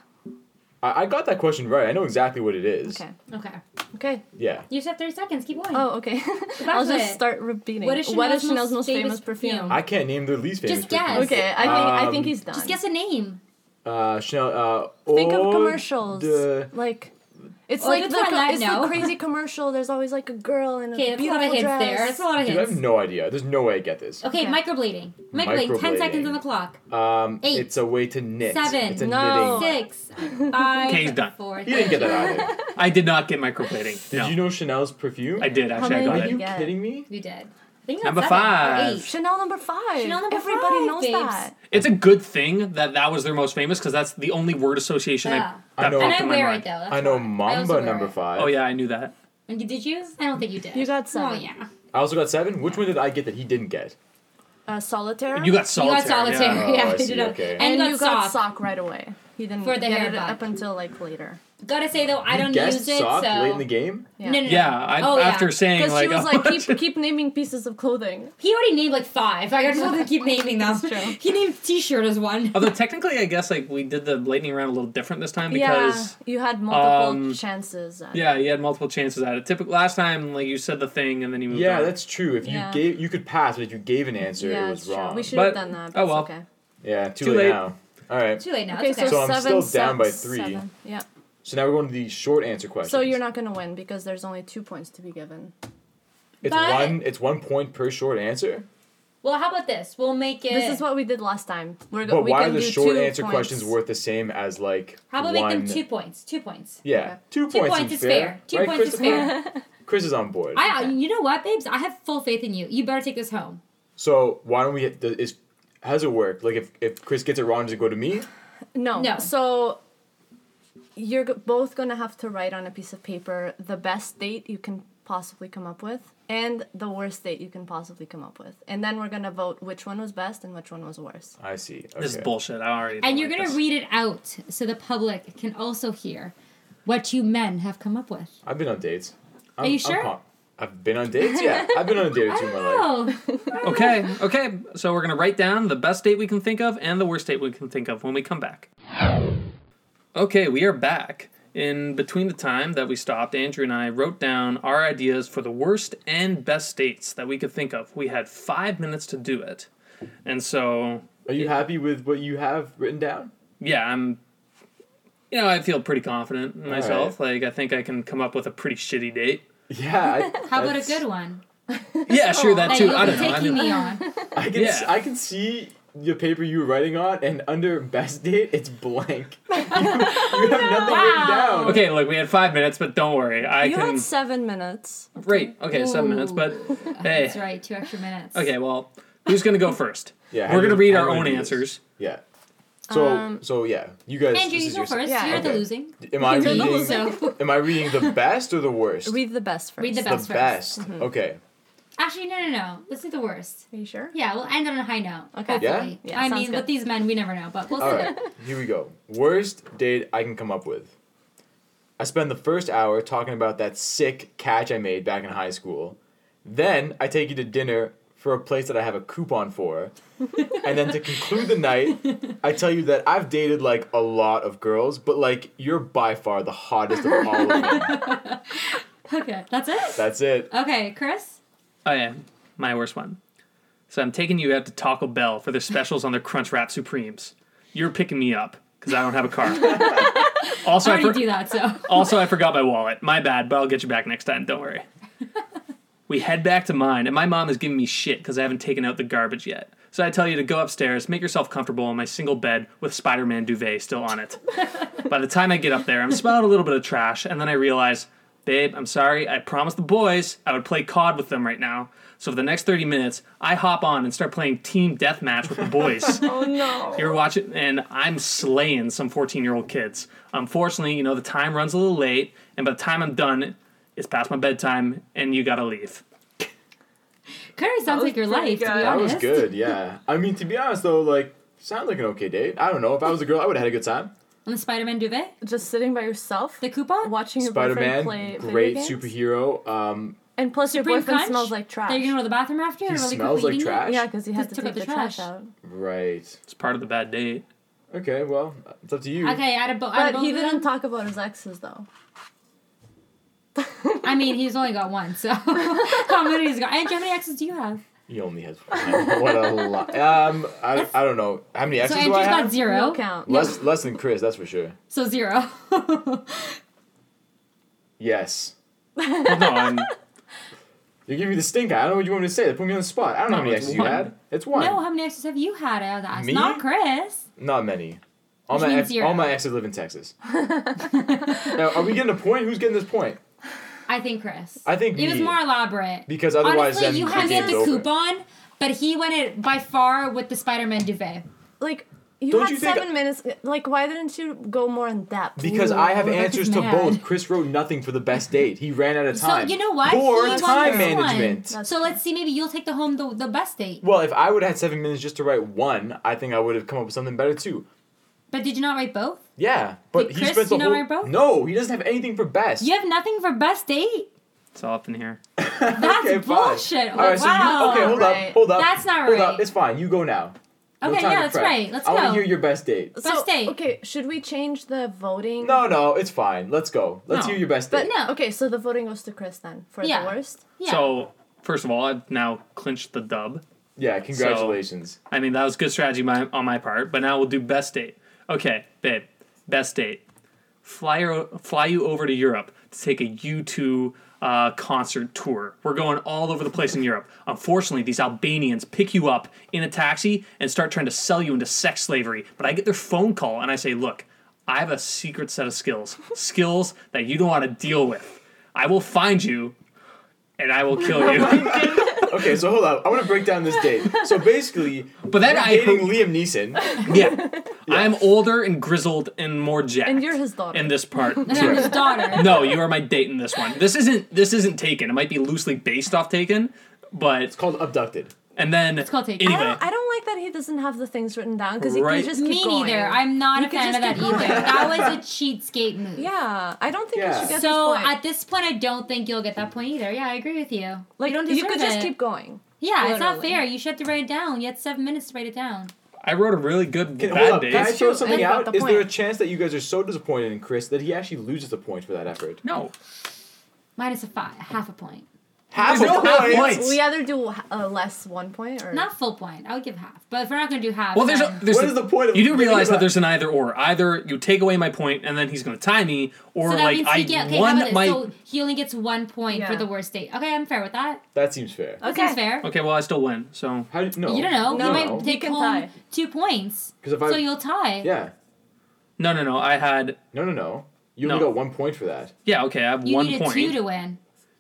A: I, I got that question right. I know exactly what it is.
B: Okay.
D: Okay.
B: Okay.
A: Yeah.
D: You just have thirty seconds. Keep going.
B: Oh, okay. [laughs] I'll
D: to
B: just
D: it.
B: start repeating.
D: What is Chanel's most famous perfume?
A: I can't name their least favorite.
D: Just guess.
A: perfume.
B: Okay, I think I think
A: Um,
B: he's done.
D: Just guess a name.
A: Uh, Chanel. Uh,
B: Think of
A: Eau
B: commercials.
A: de-
B: Like it's
D: Oh,
B: like
D: that's
B: the,
D: what
B: co-
D: I
B: it's
D: know.
B: the crazy commercial. There's always like a girl in a
D: Okay, that's a lot
B: beautiful
D: of hints
B: dress.
D: there. That's a lot of
A: Dude, I have
D: hints.
A: no idea. There's no way I get this.
D: Okay,
B: Okay.
D: microblading. Microblading. Ten
A: Microblading.
D: seconds on the clock.
A: Um,
D: Eight.
A: it's a way to knit.
D: Seven.
A: It's a
B: No.
A: knitting. [laughs]
D: Six. Five.
C: Okay, he's done.
D: Four.
A: You didn't get that either.
C: I did not get microblading.
A: Did
C: no.
A: you know Chanel's perfume?
C: I did actually. I
B: many
C: got
A: Are
B: did
C: it.
A: you
B: Yeah.
A: kidding me?
D: You did. I think
C: Number
D: that's seven or
C: five.
D: eight.
B: Chanel number five.
D: Chanel number
B: Everybody
D: five,
B: knows
D: babes.
B: that.
C: It's a good thing that that was their most famous because that's the only word association
D: Yeah.
C: I,
A: I
C: that
A: know.
C: popped
D: And I
C: in my
D: wear
C: mind.
D: it though. that's
A: I know
D: why. also
A: Mamba
D: wear
A: number
D: it.
A: five.
C: Oh yeah, I knew that.
D: And Did you? I don't think you did.
B: You got
D: Oh
B: seven.
D: yeah.
A: I also got seven. Which one did I get that he didn't get?
B: Uh, solitaire.
C: You got
D: You
C: solitaire.
D: got solitaire.
C: yeah.
D: [laughs] Yeah,
A: Oh, I
D: you
A: see,
D: did it.
A: okay.
D: And,
B: and
D: you
B: got
D: sock.
B: sock right away. He didn't
D: For the
B: get
D: hair
B: it
D: bun.
B: up until like later.
D: Gotta say though, I
A: You
D: don't
A: guessed
D: use it.
A: sock
D: so
A: late in the game.
B: Yeah.
D: No, no, no.
C: Yeah, I,
D: Oh, yeah.
C: after saying
B: Because
C: like,
B: she was
C: a [laughs]
B: like,
C: bunch
B: keep, keep naming pieces
A: [laughs]
B: of clothing.
D: He already named like five. Like, I just want to keep naming [laughs] them.
B: That's true.
D: He named T-shirt as one.
C: Although technically, I guess like we did the lightning round a little different this time because
B: yeah, you had multiple
C: um,
B: chances. at-
C: yeah, you had multiple chances at it. Typically, last time like you said the thing and then you moved
A: Yeah,
C: on.
A: that's true. If you
B: Yeah.
A: gave, you could pass, but if you gave an answer,
B: Yeah,
A: it was
B: it's true.
A: wrong.
B: We should have
C: But-
B: done that.
C: oh,
B: but it's
C: well.
B: Okay.
A: Yeah, too,
C: Too
A: late,
C: late.
A: now. All right.
D: [laughs] Too late now.
B: Okay,
D: it's okay.
B: so,
A: So I'm
B: seven,
A: still down by
B: six,
A: three.
B: seven. Yeah.
A: So now we're going to the short answer question.
B: So you're not gonna win because there's only two points to be given.
A: It's
D: But-
A: one. It's one point per short answer.
D: well, how about this? We'll make it.
B: This is what we did last time. We're go-
A: But
B: we
A: why are
B: can
A: the
B: do
A: short
B: two
A: answer
B: points.
A: questions worth the same as like
D: How about
A: one?
D: make them two points? Two points.
A: Yeah,
B: Okay.
A: two,
D: Two
A: points,
D: points
A: is
D: is fair. Two
A: right,
D: points is
A: Christopher?
D: fair.
A: [laughs] Chris is on board.
D: I, you know what, babes? I have full faith in you. You better take this home.
A: So why don't we? Is How does it work? Like if, if Chris gets it wrong, does it go to me?
B: No.
D: No.
B: So you're g- both going to have to write on a piece of paper the best date you can possibly come up with and the worst date you can possibly come up with. And then we're going to vote which one was best and which one was worse.
A: I see. Okay.
C: This is bullshit. I already. don't
D: And you're
C: like
D: going to
C: this.
D: read it out so the public can also hear what you men have come up with.
A: I've been on dates. I'm,
D: you
A: I'm
D: sure?
A: com- I've been on dates.
D: [laughs]
A: Yeah, I've been on a date or two in my life.
D: Oh,
C: [laughs] Okay, okay. So we're gonna write down the best date we can think of and the worst date we can think of when we come back. Okay, we are back. In between the time that we stopped, Andrew and I wrote down our ideas for the worst and best dates that we could think of. We had five minutes to do it. And so,
A: Are you happy with what you have written down? [laughs]
C: yeah, I'm, you know, I feel pretty confident in myself. Like, I think I can come up with a pretty shitty
D: [laughs]
C: date.
A: Yeah. I,
D: [laughs] how about a
A: that's-
D: good one?
C: Yeah, sure, that
D: That
C: too.
D: you'll
C: I
D: be
C: don't know. I
D: taking
A: [laughs]
C: mean-
D: me on.
A: I can
C: Yeah.
A: s- I can see the paper you were writing on, and under best [laughs] date, it's
D: [laughs]
A: blank. [laughs] you, you have nothing written
D: Wow.
A: down.
C: Okay, look, we had five minutes, but don't worry. I
B: you
C: can.
B: had seven minutes.
C: [laughs] Great. Okay, seven minutes,
D: [laughs]
C: but hey.
D: That's right, two extra minutes.
C: Okay, well, who's gonna go first?
A: [laughs] Yeah. how
C: We're
A: do
C: gonna
A: you-
C: read
A: how
C: our
A: do you
C: own
A: do this?
C: answers.
A: Yeah. So
B: Um,
A: so yeah, you guys.
D: Andrew,
A: this
D: you
A: is
D: go
A: your
D: first.
B: Yeah.
D: You're the
A: Okay.
D: losing.
A: Am I
D: You're the
A: reading?
D: loser.
A: Am I reading the best or the worst?
B: Read the best first.
D: Read the
A: the
D: best
A: best.
D: first. Mm-hmm.
A: Okay.
D: Actually, no, no, no. Let's do the worst.
B: Are you sure?
D: Yeah, we'll end on a high note.
B: Okay.
A: Yeah?
D: Hopefully.
B: Yeah,
D: I
B: sounds
D: mean,
B: good.
D: with these men, we never know, but we'll
A: All
D: see. [laughs]
A: right. Here we go. Worst date I can come up with. I spend the first hour talking about that sick catch I made back in high school. Then I take you to dinner for a place that I have a coupon
D: [laughs]
A: for. and then to conclude the night, I tell you that I've dated like a lot of girls, but like you're by far the hottest of all of
D: [laughs]
A: them.
D: Okay, that's it.
A: That's it.
D: Okay, Chris.
C: Oh yeah, my worst one. So I'm taking you out to Taco Bell for
D: [laughs]
C: their specials on their Crunch Wrap Supremes. You're picking me up because I don't have a
D: [laughs]
C: car. also,
D: I
C: I
D: already
C: for-
D: do that, so.
A: [laughs]
C: also I forgot my wallet. My bad, but I'll get you back next time. Don't worry. we head back to mine, and my mom is giving me shit because I haven't taken out the garbage yet. So I tell you to go upstairs, make yourself comfortable on my single bed with Spider-Man duvet still on it. By the time I get up there, I'm smelling a little bit of trash, and then I realize, babe, I'm sorry. I promised the boys I would play COD with them right now. So for the next 30 minutes, I hop on and start playing team deathmatch with the boys.
B: Oh no.
C: You're watching, and I'm slaying some 14 year old kids. Unfortunately, you know, the time runs a little late, and by the time I'm done, it's past my bedtime, and you gotta leave.
D: Kind of sounds
B: was
D: like your
B: pretty
D: life, to be
B: good.
A: That
D: honest.
A: was good, yeah. I mean, to be honest though, like, sounds like an okay date. I don't know. If I was a girl, I would have had a good time.
D: On the Spider-Man duvet,
B: [laughs] Just sitting by yourself,
D: the coupon,
B: watching your
A: Spider
B: boyfriend
A: Man,
B: play
A: great
B: video games?
A: superhero. Um,
B: And plus, your
D: Supreme
B: boyfriend
D: Crunch?
B: smells like trash.
D: That you're gonna go to the bathroom after.
A: he
D: really
A: smells
D: quickly
A: like
D: eating it?
A: trash.
B: yeah, because he had to
D: Just
B: take
D: took out
B: the,
D: the
B: trash.
D: trash.
B: out.
A: Right.
C: It's part of the bad date.
A: Okay, well, it's up to you.
D: Okay, add a bo- add a
B: But he
D: bone to
B: didn't
D: them.
B: talk about his exes though.
D: I mean, he's only got one,
B: [laughs]
D: so [laughs] how many he's got? And how many exes do you have?
A: He only has one. [laughs] what a lot. Um, I, I don't know. How many
D: So
A: exes do
D: Andrew's
A: I
D: got
A: have?
D: zero.
B: No count.
A: Less, less than Chris, that's for sure.
D: So zero. [laughs]
A: Yes.
C: Well, no, I'm,
A: You give me the stink eye. I don't know what you want me to say. They put me on the spot. I don't know how
C: No,
A: many
C: it's
A: exes
C: one.
A: you had. It's one.
D: no, how many exes have you had? I have asked.
A: Me?
D: Not Chris.
A: Not many. All
D: Which
A: my,
D: means
A: ex-
D: zero.
A: all my exes live in
D: [laughs]
A: Texas. now, are we getting a point? Who's getting this point?
D: I think Chris.
A: I think
D: it was
A: me.
D: more elaborate.
A: Because otherwise,
D: Honestly,
A: then
D: you
A: the
D: had
A: game's
D: the
A: over.
D: coupon, but he went it by far with the Spider-Man duvet.
B: Like you
A: Don't
B: had
A: you think-
B: seven minutes. Like why didn't you go more in depth?
A: Because
D: Ooh,
A: I have
D: Rebecca's
A: answers to
D: mad.
A: both. Chris wrote nothing for the best date. He ran out of time.
D: So you know what?
A: Poor
D: He won
A: time
D: this one.
A: management.
B: That's
D: So let's see. Maybe you'll take the home the, the best date.
A: Well, if I would have had seven minutes just to write one, I think I would have come up with something better too.
D: But did you not write both?
A: Yeah, but
D: Wait,
A: he
D: Chris,
A: spent the
D: you know
A: whole.
D: my bro?
A: No, he doesn't have anything for best.
D: You have nothing for best date.
C: it's all up in here.
D: That's
A: [laughs] okay, fine.
D: bullshit.
A: All right,
D: Wow.
A: so you, okay, hold
B: Right.
A: up, hold up.
D: That's not
A: hold
D: right.
A: Up. It's fine. You go now. No
D: Okay,
A: time
D: yeah,
A: to
D: that's
A: prep.
D: right. Let's
A: I want
D: go.
A: to hear your best date.
B: So,
D: Best date.
B: okay, should we change the voting?
A: No, no, it's fine. Let's go. Let's
C: No.
A: hear your best
B: But
A: date.
D: No.
B: Okay, so the voting goes to Chris then for
D: Yeah.
B: the worst.
D: Yeah.
C: So, first of all, I've now clinched the dub.
A: Yeah, congratulations.
C: I mean, that was good strategy my, on my part, but now we'll do best date. Okay, babe, best date. Fly, her- fly you over to Europe to take a U2 uh, concert tour. We're going all over the place in Europe. Unfortunately, these Albanians pick you up in a taxi and start trying to sell you into sex slavery, but I get their phone call and I say, look, I have a secret set of skills, skills that you don't want to deal with. I will find you and I will kill you.
A: okay, so hold up. I want to break down this
B: [laughs]
A: date. So basically,
C: But then
A: you're
C: I
A: dating
C: hope-
A: Liam Neeson.
C: Yeah. [laughs] I'm older and grizzled and more jacked.
B: And you're his daughter.
C: In this
D: [laughs]
C: part.
D: And I'm
B: [laughs]
D: his daughter.
C: no, you are my date in this one. This isn't this isn't Taken. It might be loosely based off Taken, but
A: It's called Abducted.
C: and then it's
D: called Taken. Ah,
B: I
C: Anyway,
B: don't, I don't like that he doesn't have the things written down because he
C: Right.
B: can just keep
D: Me
B: going.
D: neither. I'm not
B: You
D: a
B: could
D: fan of that
B: just
D: either.
B: keep going.
D: That
B: [laughs]
D: was a cheatscape move.
B: Yeah, I don't think
A: Yeah.
B: you should get
D: So
B: this point.
D: at this point, I don't think you'll get that point either. Yeah, I agree with you.
B: like
D: you don't
B: you
D: deserve
B: could just
D: it.
B: keep going.
D: Yeah, it's not
B: Literally.
D: fair. You should have to write it down. You had seven minutes to write it down.
C: I wrote a really good
A: Can, hold
C: bad
A: up. Can I
C: date.
A: throw
B: true.
A: something
B: I got
A: out?
B: the
A: Is there a
B: point.
A: chance that you guys are so disappointed in Chris that he actually loses the point for that effort?
C: No.
D: Minus a five, half a point,
A: Half a
C: There's no half
A: point.
C: points.
B: We either do uh, less one point or
D: not full point. I would give half, but if we're not gonna do half,
C: Well, there's a,
D: then-
C: there's
A: What
C: a-
A: is the point of
C: you do
A: thinking
C: realize
A: about-
C: that there's an either or. Either you take away my point and then he's going to tie me, or
D: so that
C: like
D: means
C: I
D: he get, okay, how about
C: won
D: this?
C: my.
D: So he only gets one point for
B: Yeah.
D: the worst date. Okay, I'm fair with that.
A: That seems fair.
D: That
B: Okay.
D: seems fair.
C: Okay, well I still win. So
A: How do, no.
D: You don't know.
B: No.
D: You
A: No.
D: might take
B: You can
D: home
B: tie.
D: two points,
A: 'Cause if I-
D: so you'll tie.
A: Yeah.
C: no, no, no. I had
A: No, no, no. You only
C: No.
A: got one point for that.
C: yeah. Okay, I have
D: You
C: one
D: needed
C: point.
D: two to win.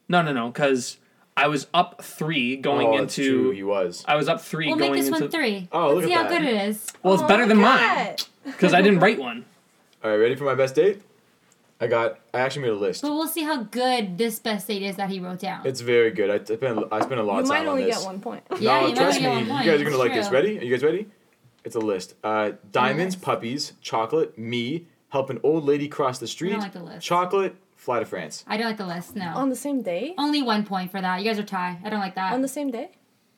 C: No, no, no, because I was up three going
A: oh, that's true.
C: into.
A: He was.
C: I was up 3
D: We'll
C: going
D: make this
C: into.
D: one three.
A: Oh,
D: Let's
A: look at
D: see how
A: that.
D: good it is.
C: Well, it's
B: Oh
C: better
B: my
C: than mine
B: God.
C: because
D: [laughs]
C: I didn't write one.
A: All right, ready for my best date? I got. I actually made a list.
D: But we'll see how good this best date is that he wrote down.
A: It's very good. I t- spent. I spent a lot
B: You
A: of
B: might
A: time on
B: only
A: this.
B: get one point.
A: no,
D: Yeah, you might
A: trust
D: only get
A: me.
D: one
A: You
D: point.
A: guys are gonna
D: It's
A: like this.
D: true.
A: Ready? Are you guys ready? It's a list. Uh, diamonds,
D: Yes.
A: puppies, chocolate, me, help an old lady cross the street.
D: like the list.
A: Chocolate, fly to France.
D: I don't like the list. No.
B: On the same day?
D: Only one point for that. You guys are tie. I don't like that.
B: On the same day?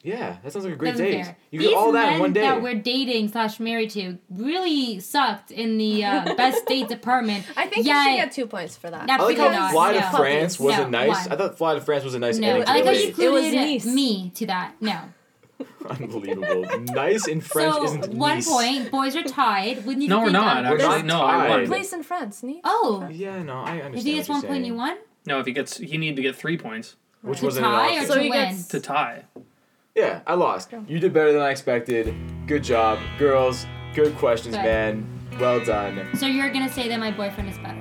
A: Yeah, that sounds like a great
D: Doesn't
A: date.
D: care.
A: You
D: These
A: get all that
D: men
A: in one day.
D: that we're dating slash married to really sucked in
B: [laughs]
D: the uh, best date department.
B: I think
D: yeah,
B: you should get two points for that.
A: I like
D: Absolutely
A: how
D: not.
A: fly to
D: No.
A: France wasn't
D: No,
A: nice.
D: why?
A: I thought fly to France was a nice
D: No,
A: ending to
D: I like
A: the
D: how you
A: date.
B: It was
D: included
B: niece.
D: me to that. No.
A: [laughs] Unbelievable. nice in French
D: so
A: isn't
D: one
A: nice.
D: point, boys are tied. We need
C: No,
D: to
C: we're
D: think
C: not.
D: of-
C: Actually,
A: We're not
C: no, I
A: tied.
C: won.
B: Place in France, nee?
D: Oh,
A: Yeah, no, I understand.
D: if he gets
A: what
D: one
A: you're
D: point, you
A: saying.
D: won.
C: No, if he gets, he need to get three points
A: Which
D: To
A: wasn't an
D: tie or
A: option.
B: So
D: to
B: he
D: win?
B: gets-
C: to tie.
A: Yeah, I lost. You did better than I expected. Good job, girls. Good questions,
D: Good.
A: man. Well done.
D: So you're gonna say that my boyfriend is better.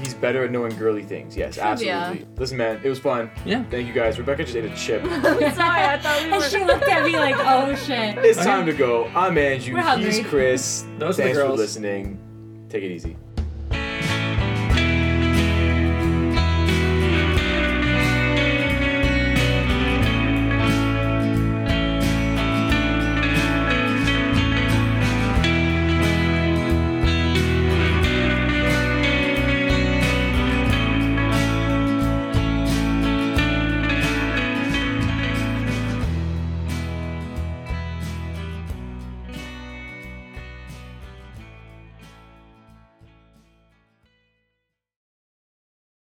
A: He's better at knowing girly things. Yes, absolutely. Listen, man, it was fun.
C: Yeah.
A: Thank you guys. Rebecca just ate a
D: [laughs]
A: chip.
B: [laughs] Sorry, I thought we
D: and
B: were-
D: she looked at me like, oh shit.
A: it's time to go. I'm Andrew.
D: We're hungry.
A: He's Chris.
C: Those are the
A: Thanks for
C: girls.
A: listening. Take it easy.